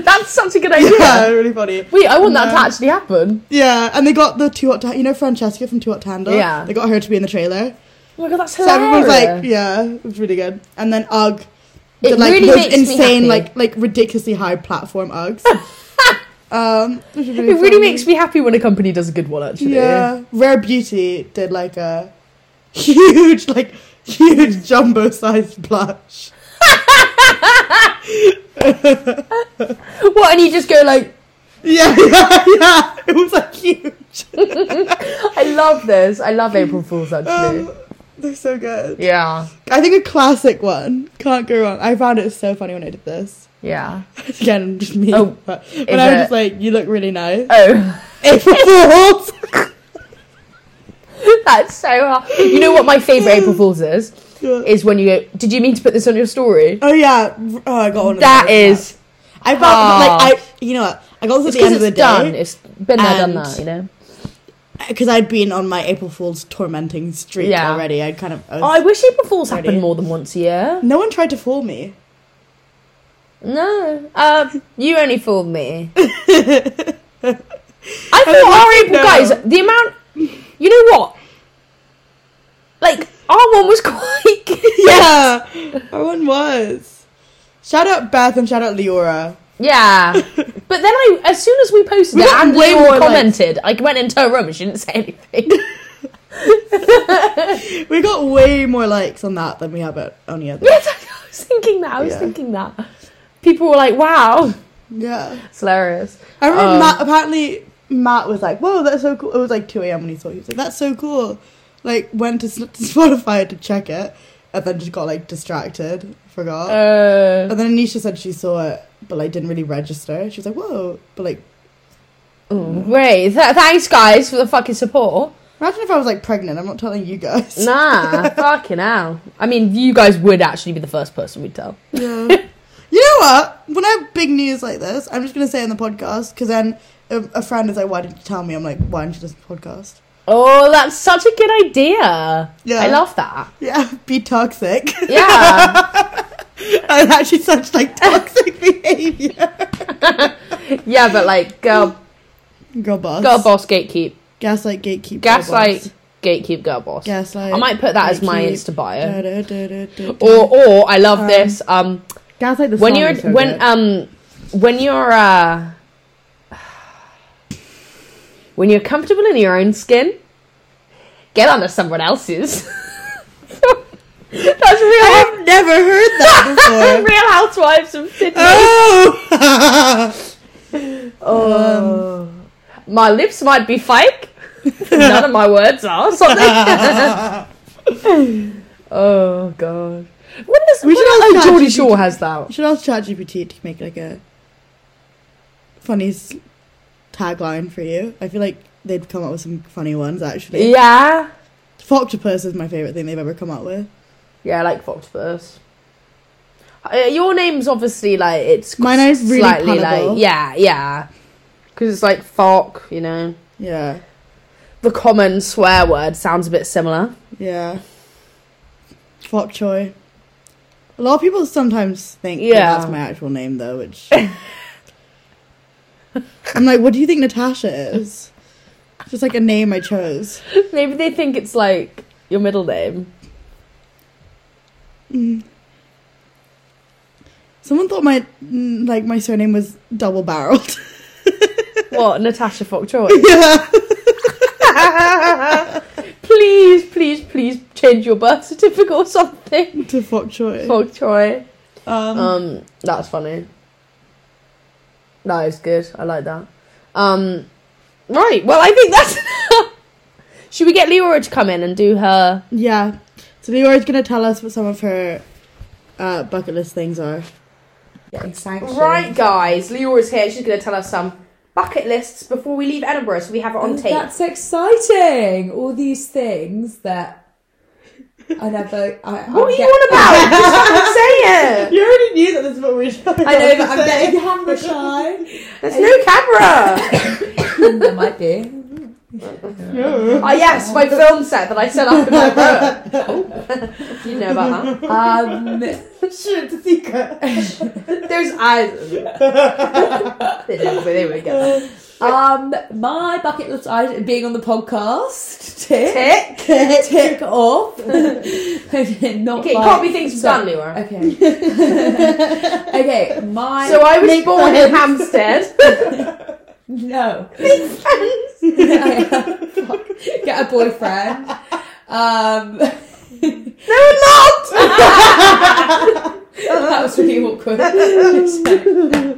Speaker 1: That's such a good idea.
Speaker 2: yeah, really funny.
Speaker 1: Wait, I want that to
Speaker 2: No.
Speaker 1: actually happen.
Speaker 2: Yeah, and they got the two hot to you know Francesca from Two Hot to Handle.
Speaker 1: Yeah.
Speaker 2: they got her to be in the trailer.
Speaker 1: Oh my god, that's
Speaker 2: So everyone's
Speaker 1: hilarious.
Speaker 2: like, yeah, it was really good. And then UGG,
Speaker 1: It
Speaker 2: did, like
Speaker 1: really
Speaker 2: those
Speaker 1: makes me
Speaker 2: insane,
Speaker 1: happy.
Speaker 2: like like ridiculously high
Speaker 1: [laughs]
Speaker 2: platform UGGs. um, which is really
Speaker 1: it really
Speaker 2: funny.
Speaker 1: makes me happy when a company does a good one. Actually,
Speaker 2: yeah. Rare Beauty did like a huge, like huge jumbo sized blush.
Speaker 1: What? And you just go like,
Speaker 2: Yeah, [laughs] yeah, yeah. It was like huge.
Speaker 1: I love this. I love April Fools. Actually,
Speaker 2: Um, [laughs] they're so good.
Speaker 1: yeah,
Speaker 2: I think a classic one. Can't go wrong. I found it so funny when I did this. [laughs]
Speaker 1: yeah.
Speaker 2: Again, just me.
Speaker 1: Oh,
Speaker 2: but
Speaker 1: is
Speaker 2: when I was
Speaker 1: it-
Speaker 2: just like, you look
Speaker 1: [laughs]
Speaker 2: really nice.
Speaker 1: Oh.
Speaker 2: April [laughs] Fools!
Speaker 1: That's so hard. You know what my favourite April Fool's is? Is when you go, did you mean to put this on your story?
Speaker 2: oh yeah. Oh, I got one. of
Speaker 1: That
Speaker 2: those.
Speaker 1: is.
Speaker 2: I found like I. You know what? I got
Speaker 1: It's
Speaker 2: this at the
Speaker 1: because
Speaker 2: end of
Speaker 1: it's
Speaker 2: the
Speaker 1: done.
Speaker 2: day
Speaker 1: It's been there, done
Speaker 2: and-
Speaker 1: that, you know?
Speaker 2: because I'd been on my April Fools tormenting streak
Speaker 1: Yeah.
Speaker 2: already. I'd kind of. I was-
Speaker 1: Oh, I wish April Fool's happened
Speaker 2: Ready?
Speaker 1: more than once a year.
Speaker 2: no one tried to fool me.
Speaker 1: No. Um, you only fooled
Speaker 2: [laughs]
Speaker 1: me. I
Speaker 2: don't
Speaker 1: thought our
Speaker 2: think
Speaker 1: April,
Speaker 2: no.
Speaker 1: guys, the amount. You know what? Like, our one was [laughs] quite good.
Speaker 2: [laughs] Yeah, [laughs] no one was. Shout out Beth and shout out Leora. [laughs]
Speaker 1: Yeah. But then I, as soon as we posted
Speaker 2: We
Speaker 1: it
Speaker 2: got
Speaker 1: and
Speaker 2: way
Speaker 1: Leora
Speaker 2: more
Speaker 1: commented, I went into her room and she didn't say
Speaker 2: [laughs]
Speaker 1: anything.
Speaker 2: We got way more likes on that than we have it on the other.
Speaker 1: Yes, I was thinking that. I was
Speaker 2: Yeah.
Speaker 1: thinking that. People were like, "Wow,
Speaker 2: Yeah.
Speaker 1: it's hilarious."
Speaker 2: I remember
Speaker 1: Um,
Speaker 2: Matt, apparently Matt was like, "Whoa, that's so cool!" It was like two a.m. when he saw. it. He was like, "That's so cool!" Like went to, s- [laughs] to Spotify to check it, and then just got like distracted, forgot.
Speaker 1: Uh,
Speaker 2: and then Anisha said she saw it, but like didn't really register. She was like, "Whoa!" But like,
Speaker 1: oh, great. Th- thanks, guys, for the fucking support.
Speaker 2: imagine if I was like pregnant. I'm not telling you guys. [laughs]
Speaker 1: Nah, fucking hell. I mean, you guys would actually be the first person we'd tell.
Speaker 2: [laughs] Yeah. you know what? When I have big news like this, I'm just gonna say it in the podcast because then a, a friend is like, "Why didn't you tell me?" I'm like, "Why didn't you listen to the podcast?"
Speaker 1: Oh, that's such a good idea.
Speaker 2: Yeah.
Speaker 1: I love that.
Speaker 2: Yeah, [laughs] be toxic. [laughs]
Speaker 1: Yeah,
Speaker 2: That's actually such like toxic [laughs] behavior.
Speaker 1: yeah, but like, girl,
Speaker 2: Girl boss.
Speaker 1: girl boss, gatekeep,
Speaker 2: Gaslight gatekeeper.
Speaker 1: gaslight, gatekeep, girl boss.
Speaker 2: Gaslight.
Speaker 1: I might put that as my
Speaker 2: gatekeep.
Speaker 1: Insta bio.
Speaker 2: Da, da, da, da, da, da.
Speaker 1: Or, or I love
Speaker 2: Um,
Speaker 1: this. Um,
Speaker 2: gaslight the
Speaker 1: when uh,
Speaker 2: song
Speaker 1: you're
Speaker 2: is so
Speaker 1: when
Speaker 2: good.
Speaker 1: um when you're uh when you're comfortable in your own skin, get onto someone else's. [laughs] That's real.
Speaker 2: I've never heard
Speaker 1: [laughs]
Speaker 2: that before.
Speaker 1: Real Housewives of Sydney.
Speaker 2: [laughs] oh!
Speaker 1: Oh. my lips might be fake. [laughs] None of my words are.
Speaker 2: [laughs]
Speaker 1: Something. oh god. When is
Speaker 2: We
Speaker 1: we
Speaker 2: should
Speaker 1: should
Speaker 2: ask
Speaker 1: oh, Geordie
Speaker 2: ChatGPT.
Speaker 1: Shaw has that.
Speaker 2: I should ask ChatGPT to make like a funny s- tagline for you. I feel like they'd come up with some funny ones actually.
Speaker 1: Yeah.
Speaker 2: Octopus is my favorite thing they've ever come up with.
Speaker 1: Yeah, I like Foxverse. Uh, your name's obviously like it's
Speaker 2: Mine is really
Speaker 1: slightly
Speaker 2: palatable.
Speaker 1: like yeah, yeah. Because it's like fuck, you know.
Speaker 2: Yeah,
Speaker 1: The common swear word sounds a bit similar.
Speaker 2: yeah. Fok Choi. A lot of people sometimes think that
Speaker 1: Yeah.
Speaker 2: that's my actual name though, which [laughs] I'm like, what do you think Natasha is? It's Just like a name I chose.
Speaker 1: Maybe they think it's like your middle name.
Speaker 2: Someone thought my mm, like my surname was double barreled.
Speaker 1: What, Natasha Fox Troy?
Speaker 2: [laughs] yeah.
Speaker 1: [laughs] please, please, please change your birth certificate or something.
Speaker 2: to Fok Choi.
Speaker 1: Fog Troy.
Speaker 2: Um,
Speaker 3: Uh,
Speaker 1: Um, that's funny. That is good. I like that. Um, right. Well, I think that's. [laughs] Should we get Leora to come in and do her?
Speaker 2: yeah. So Leora's gonna tell us what some of her uh, bucket list things are.
Speaker 3: And sanctions.
Speaker 1: Right, guys. Leora's here. She's going to tell us some bucket lists before we leave Edinburgh, so we have it on
Speaker 3: Oh,
Speaker 1: tape.
Speaker 3: That's exciting. All these things that I never. I, I
Speaker 1: What are you
Speaker 3: get-
Speaker 1: on about? That's what I'm saying.
Speaker 2: You already knew that this is what we were
Speaker 3: I know, but I'm
Speaker 1: [laughs]
Speaker 3: getting camera shy.
Speaker 1: There's no camera.
Speaker 3: Mm, there might be.
Speaker 1: oh yes,
Speaker 3: [laughs]
Speaker 1: my film set that I set up in my
Speaker 2: [laughs]
Speaker 1: room. Oh. you know about
Speaker 3: Um,
Speaker 2: Shit, the secret.
Speaker 1: that. There's eyes. they didn't, but they would get that.
Speaker 3: um, my bucket list item being on the podcast. Tick,
Speaker 1: Tick.
Speaker 2: [laughs]
Speaker 3: tick, off. Not
Speaker 1: Okay,
Speaker 3: like-
Speaker 1: copy things
Speaker 3: so-
Speaker 1: done, Leora.
Speaker 3: Okay. [laughs] okay, my
Speaker 1: So I was
Speaker 2: Make
Speaker 1: born in
Speaker 2: friends.
Speaker 1: Hampstead. [laughs]
Speaker 3: no.
Speaker 1: Make friends.
Speaker 3: Fuck. Get a boyfriend. Um, [laughs]
Speaker 1: No, not.
Speaker 3: that was really
Speaker 2: [laughs]
Speaker 3: awkward. [laughs]
Speaker 2: Say the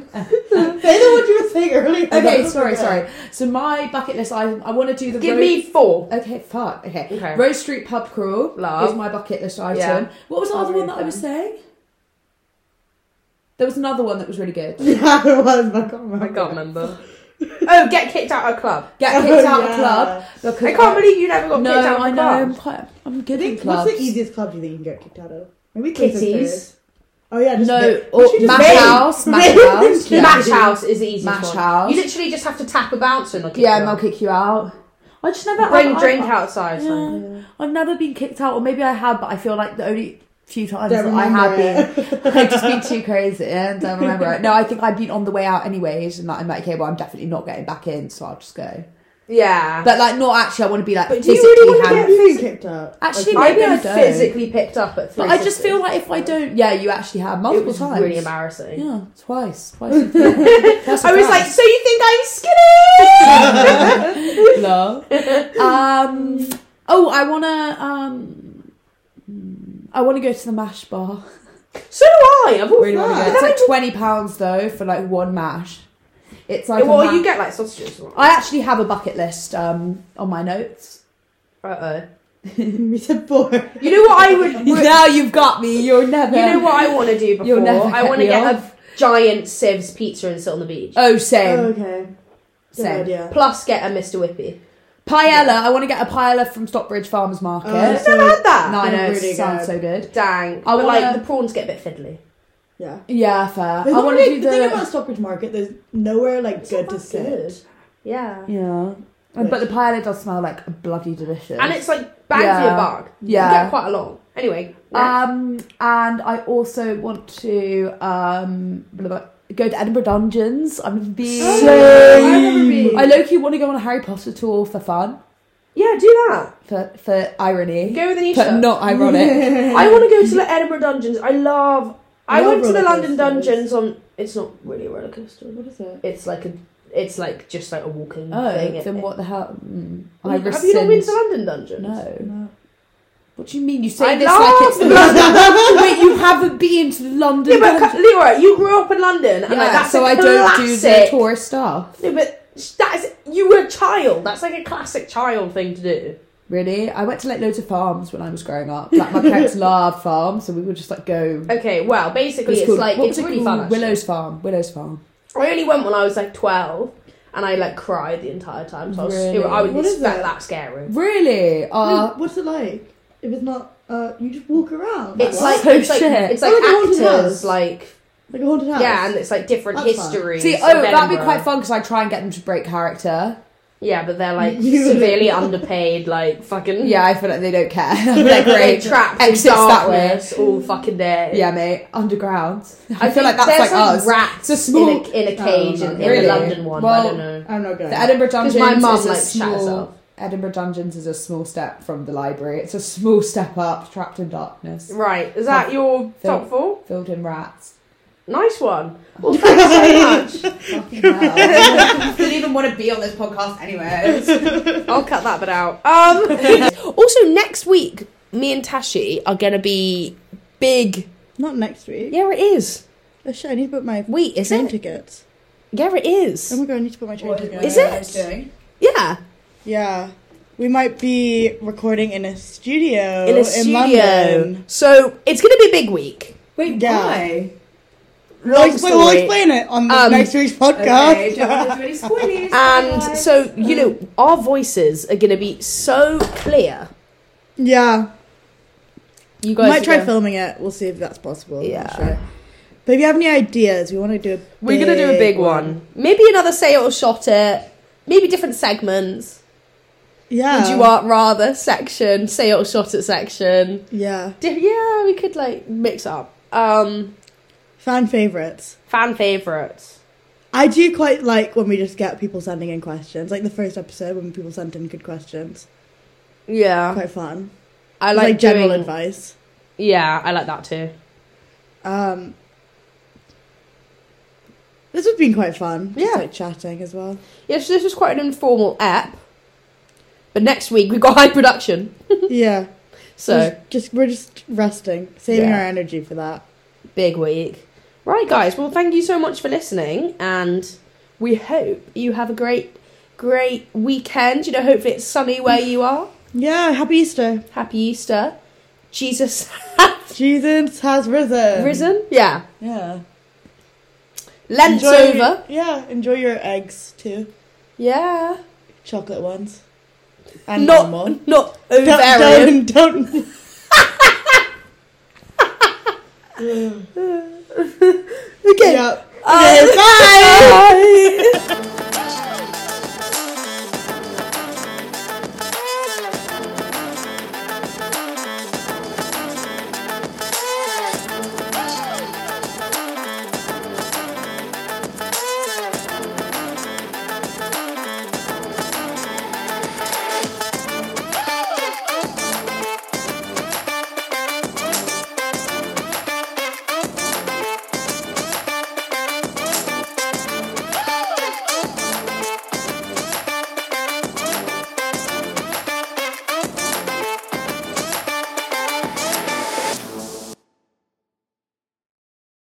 Speaker 2: one you were saying earlier.
Speaker 3: okay, sorry, sorry. So my bucket list item, I want to do the
Speaker 1: Give
Speaker 3: road-
Speaker 1: me four.
Speaker 3: Okay, fuck. Okay.
Speaker 1: Okay.
Speaker 3: Road Street Pub Crawl
Speaker 1: Love.
Speaker 3: is my bucket list item.
Speaker 1: Yeah.
Speaker 3: What was the other
Speaker 1: Sorry,
Speaker 3: one that I was
Speaker 1: fun.
Speaker 3: saying? There was another one that was
Speaker 1: [laughs]
Speaker 3: really good.
Speaker 2: Yeah, it was. I can't remember. [laughs]
Speaker 1: remember. Oh, get kicked out of club.
Speaker 3: Get kicked out
Speaker 2: Oh, yeah.
Speaker 3: of club. Because
Speaker 1: Oh, I can't believe you never got
Speaker 3: No,
Speaker 1: kicked out of
Speaker 3: I know.
Speaker 1: club.
Speaker 3: I'm quite. I'm
Speaker 2: I
Speaker 3: good in
Speaker 2: think,
Speaker 3: clubs.
Speaker 2: what's the easiest club do you think you can get kicked out of? Maybe
Speaker 1: Kitties.
Speaker 2: Kitties. Oh yeah, just
Speaker 3: No,
Speaker 2: ba-
Speaker 3: or
Speaker 2: She just
Speaker 3: Mash
Speaker 2: ba-
Speaker 3: House, Mash
Speaker 2: ba-
Speaker 3: House, yeah.
Speaker 1: Mash house is the easiest
Speaker 3: Mash
Speaker 1: one.
Speaker 3: house.
Speaker 1: You literally just have to tap a bouncer and they'll kick
Speaker 3: Yeah,
Speaker 1: you
Speaker 3: and they'll
Speaker 1: out.
Speaker 3: kick you out. I just never
Speaker 1: Bring
Speaker 3: I,
Speaker 1: drink
Speaker 3: I,
Speaker 1: outside.
Speaker 3: Yeah.
Speaker 1: son.
Speaker 3: I've never been kicked out, or maybe I have, but I feel like the only few times
Speaker 2: Don't
Speaker 3: that I
Speaker 2: remember
Speaker 3: have been, [laughs] I've just been
Speaker 1: [laughs]
Speaker 3: too crazy and don't remember it. No, I think I've been on the way out anyways, and like, I'm like, okay, well, I'm definitely not getting back in, so I'll just go.
Speaker 1: Yeah.
Speaker 3: But like, not actually. I want to be like
Speaker 1: But do you
Speaker 3: physically
Speaker 1: really wanna
Speaker 2: Have
Speaker 3: hand-
Speaker 1: get-
Speaker 2: you been kicked out?
Speaker 3: Actually,
Speaker 2: Like,
Speaker 1: I've
Speaker 3: maybe I
Speaker 1: been
Speaker 3: don't.
Speaker 2: [laughs]
Speaker 1: physically picked up at three.
Speaker 3: But I just feel like if I don't, yeah, you actually have
Speaker 1: it
Speaker 3: multiple
Speaker 1: was
Speaker 3: times.
Speaker 1: really embarrassing.
Speaker 3: Yeah, twice,
Speaker 1: [laughs]
Speaker 3: twice. That's
Speaker 1: I was
Speaker 3: surprised.
Speaker 1: like, so you think I'm skinny? [laughs]
Speaker 3: no. Um. Oh, I wanna. Um. I want to go to the mash bar.
Speaker 1: so do I. I've always
Speaker 3: Really want to
Speaker 1: wanted
Speaker 3: go.
Speaker 1: to.
Speaker 3: It's like twenty pounds though for like one mash. It's like. a
Speaker 1: Well,
Speaker 3: ma-
Speaker 1: you get like sausages. Uh
Speaker 3: I actually have a bucket list um on my notes.
Speaker 1: oh.
Speaker 2: we said four.
Speaker 1: You know what I
Speaker 3: [laughs]
Speaker 1: would.
Speaker 2: [laughs]
Speaker 3: now you've got me. You're never.
Speaker 1: You know what I want to do before?
Speaker 3: You'll never
Speaker 1: I
Speaker 3: cut
Speaker 1: want to
Speaker 3: me
Speaker 1: get
Speaker 3: off.
Speaker 1: a giant Siv's pizza and sit on the beach.
Speaker 3: Oh, same,
Speaker 2: Oh,
Speaker 1: Um,
Speaker 2: okay. Good
Speaker 3: same.
Speaker 2: idea.
Speaker 1: Plus, get a Mr. Whippy.
Speaker 3: Paella. I want to get a paella from Stockbridge Farmers Market.
Speaker 2: Oh,
Speaker 1: I've never had that.
Speaker 3: no, I know.
Speaker 2: really
Speaker 3: it
Speaker 2: good.
Speaker 3: sounds so good.
Speaker 1: Dang.
Speaker 3: I
Speaker 1: but like
Speaker 3: wanna-
Speaker 1: the prawns get a bit fiddly.
Speaker 2: Yeah.
Speaker 3: Yeah, fair.
Speaker 2: There's
Speaker 3: I want to
Speaker 2: nobody-
Speaker 3: do
Speaker 2: the
Speaker 3: the.
Speaker 2: thing about Stockbridge Market. There's nowhere like
Speaker 1: It's
Speaker 2: good
Speaker 1: not
Speaker 2: to
Speaker 1: that
Speaker 2: [gasps] sit.
Speaker 1: good. Yeah.
Speaker 3: yeah. But the paella does smell like bloody delicious.
Speaker 1: And it's like bang for
Speaker 3: Yeah.
Speaker 1: your buck.
Speaker 3: Yeah.
Speaker 1: You get quite a lot. Anyway. next.
Speaker 3: Um, and I also want to um blah, blah, go to Edinburgh Dungeons. I've never
Speaker 1: [gasps]
Speaker 3: been.
Speaker 2: Same.
Speaker 3: I low key want to go on a Harry Potter tour for fun,
Speaker 1: yeah, do that.
Speaker 3: for for irony,
Speaker 1: Go with
Speaker 3: but
Speaker 1: Anisha. [laughs]
Speaker 2: [laughs]
Speaker 3: not
Speaker 2: Mm,
Speaker 3: ironic.
Speaker 1: I want to go to the Edinburgh Dungeons. I love. I
Speaker 2: Love
Speaker 1: went to the
Speaker 2: roller
Speaker 1: London
Speaker 2: coasters.
Speaker 1: Dungeons on. It's not really a roller coaster.
Speaker 2: What is it?
Speaker 1: It's like a It's like just like a walking
Speaker 3: Oh,
Speaker 1: thing.
Speaker 3: then
Speaker 1: it-
Speaker 3: what the hell? Mm,
Speaker 1: Well,
Speaker 3: I
Speaker 1: you- Have you not been
Speaker 3: rescind.
Speaker 1: to London Dungeons?
Speaker 3: No.
Speaker 2: No.
Speaker 3: What do you mean? You say
Speaker 1: I
Speaker 3: this
Speaker 1: laugh.
Speaker 3: like it's London. Wait, you haven't been to London.
Speaker 1: Yeah, but
Speaker 3: Dungeon.
Speaker 1: Ca- Leora, you grew up in London, and like,
Speaker 3: yeah,
Speaker 1: that's
Speaker 3: so
Speaker 1: I
Speaker 3: I don't do the tourist stuff.
Speaker 1: No, but that's you were a child. That's like a classic child thing to do.
Speaker 3: Really, I went to like loads of farms when I was growing up. Like
Speaker 1: [laughs]
Speaker 3: my parents loved farms, so we would just like go.
Speaker 1: Okay, well, basically,
Speaker 3: It's
Speaker 1: it's,
Speaker 3: called-
Speaker 1: like
Speaker 3: what
Speaker 1: it's
Speaker 3: was it
Speaker 1: really
Speaker 3: called?
Speaker 1: fun. actually.
Speaker 3: Willows Farm. Willows Farm.
Speaker 1: I only went when I was like twelve, and I like cried the entire time. So I was,
Speaker 3: Really?
Speaker 1: I would
Speaker 2: What is
Speaker 1: expect
Speaker 2: it?
Speaker 1: that scary.
Speaker 3: Really? Uh,
Speaker 2: Wait, what's it like? If it's not, uh, you just walk around.
Speaker 1: It's
Speaker 2: What?
Speaker 1: like
Speaker 3: so
Speaker 1: it's like,
Speaker 3: shit.
Speaker 1: it's like
Speaker 2: Oh, like haunted
Speaker 1: actors,
Speaker 2: house.
Speaker 1: like
Speaker 2: like a haunted house.
Speaker 1: yeah, and it's like different
Speaker 2: That's fun.
Speaker 1: histories.
Speaker 3: see,
Speaker 1: of
Speaker 3: oh, that'd be
Speaker 1: Edinburgh.
Speaker 3: quite fun because I try and get them to break character.
Speaker 1: Yeah, but they're
Speaker 3: [laughs]
Speaker 1: like
Speaker 2: You-
Speaker 1: severely underpaid, like fucking [laughs]
Speaker 3: Yeah, I feel like they don't care. They're
Speaker 1: They're
Speaker 3: great.
Speaker 1: Mm-hmm. trapped
Speaker 3: Exits
Speaker 1: in
Speaker 3: that way.
Speaker 1: darkness all fucking day.
Speaker 3: Yeah, mate. Underground. I, feel
Speaker 1: think
Speaker 3: like that's like
Speaker 1: there's,
Speaker 3: us.
Speaker 1: Rats
Speaker 3: It's a small-
Speaker 1: in a, in a
Speaker 2: Oh,
Speaker 1: cage
Speaker 2: no,
Speaker 1: in, in
Speaker 3: really?
Speaker 1: the London one. but I
Speaker 3: Well,
Speaker 1: don't know.
Speaker 2: I'm not going.
Speaker 3: The Edinburgh Dungeons
Speaker 1: my mum
Speaker 3: is a
Speaker 1: likes to chat herself.
Speaker 3: small. Edinburgh Dungeons is a small step from the library. It's a small step up, trapped in darkness,
Speaker 1: Right, is that your
Speaker 3: Phil.
Speaker 1: top four?
Speaker 3: filled in rats.
Speaker 1: Nice one. Well, [laughs] thanks so much.
Speaker 3: Fucking hell. [laughs] I didn't even want to be on this podcast [laughs] anyway.
Speaker 1: I'll cut that bit [laughs] out. Um, also, next week, me and Tashi are going to be big.
Speaker 2: not next week.
Speaker 1: Yeah, it is.
Speaker 2: Oh shit! I need to put my
Speaker 1: Wait, is
Speaker 2: train
Speaker 1: it?
Speaker 2: tickets.
Speaker 1: Yeah, it
Speaker 2: Oh
Speaker 1: is.
Speaker 3: Um,
Speaker 2: my god! I need to put my train tickets.
Speaker 1: Is it? Yeah.
Speaker 2: Yeah, we might be recording in a studio
Speaker 3: uh,
Speaker 1: in a studio.
Speaker 2: London.
Speaker 1: So, it's going to be a big week.
Speaker 3: Wait,
Speaker 2: Yeah.
Speaker 3: why?
Speaker 2: I'll
Speaker 1: Long
Speaker 2: explain, we'll
Speaker 1: story.
Speaker 2: explain it on the
Speaker 1: Um,
Speaker 2: next week's podcast.
Speaker 3: Okay, don't want to do any spoilers.
Speaker 1: And
Speaker 3: guys.
Speaker 1: so, you know, our voices are going to be so clear.
Speaker 2: [laughs] yeah,
Speaker 1: You guys
Speaker 2: we might
Speaker 1: are
Speaker 2: try
Speaker 1: gonna-
Speaker 2: filming it. We'll see if that's possible.
Speaker 1: Yeah.
Speaker 2: Sure. But if you have any ideas, we want to do a.
Speaker 1: We're going to do a big one. Maybe another say it or shot it. Maybe different segments.
Speaker 2: Yeah.
Speaker 1: Would you art rather section, say it or shot it section.
Speaker 2: Yeah.
Speaker 1: Di- yeah, we could like mix up. Um,
Speaker 2: Fan favorites.
Speaker 1: fan favourites.
Speaker 2: I do quite like when we just get people sending in questions, like the first episode when people sent in good questions.
Speaker 1: Yeah.
Speaker 2: Quite fun.
Speaker 1: I
Speaker 2: It's
Speaker 1: like,
Speaker 2: like, general
Speaker 1: doing-
Speaker 2: advice.
Speaker 1: Yeah, I like that too.
Speaker 2: Um, this has been quite fun. Just,
Speaker 1: Yeah.
Speaker 2: like chatting as well. [laughs]
Speaker 1: Yeah, so this was quite an informal app. But next week we've got high production.
Speaker 2: yeah.
Speaker 1: So,
Speaker 2: Just- just we're just resting, saving
Speaker 1: Yeah.
Speaker 2: our energy for that.
Speaker 1: big week. Right, guys. Well, thank you so much for listening, and we hope you have a great, great weekend. You know, hopefully it's sunny where you are.
Speaker 2: Yeah. Happy Easter.
Speaker 1: Happy Easter. Jesus [laughs]
Speaker 2: Jesus has risen.
Speaker 1: risen. Yeah.
Speaker 2: Yeah.
Speaker 1: Lent's
Speaker 2: Enjoy-
Speaker 1: over.
Speaker 2: Yeah. Enjoy your eggs too,
Speaker 1: Yeah.
Speaker 2: chocolate ones. And
Speaker 1: not
Speaker 2: normal.
Speaker 1: not
Speaker 2: [laughs] Don't-
Speaker 1: ovarian.
Speaker 2: don't,
Speaker 1: [laughs]
Speaker 2: don't. [laughs]
Speaker 1: Okay.
Speaker 2: Yeah.
Speaker 1: Uh, Um,
Speaker 2: Okay, bye.
Speaker 1: bye.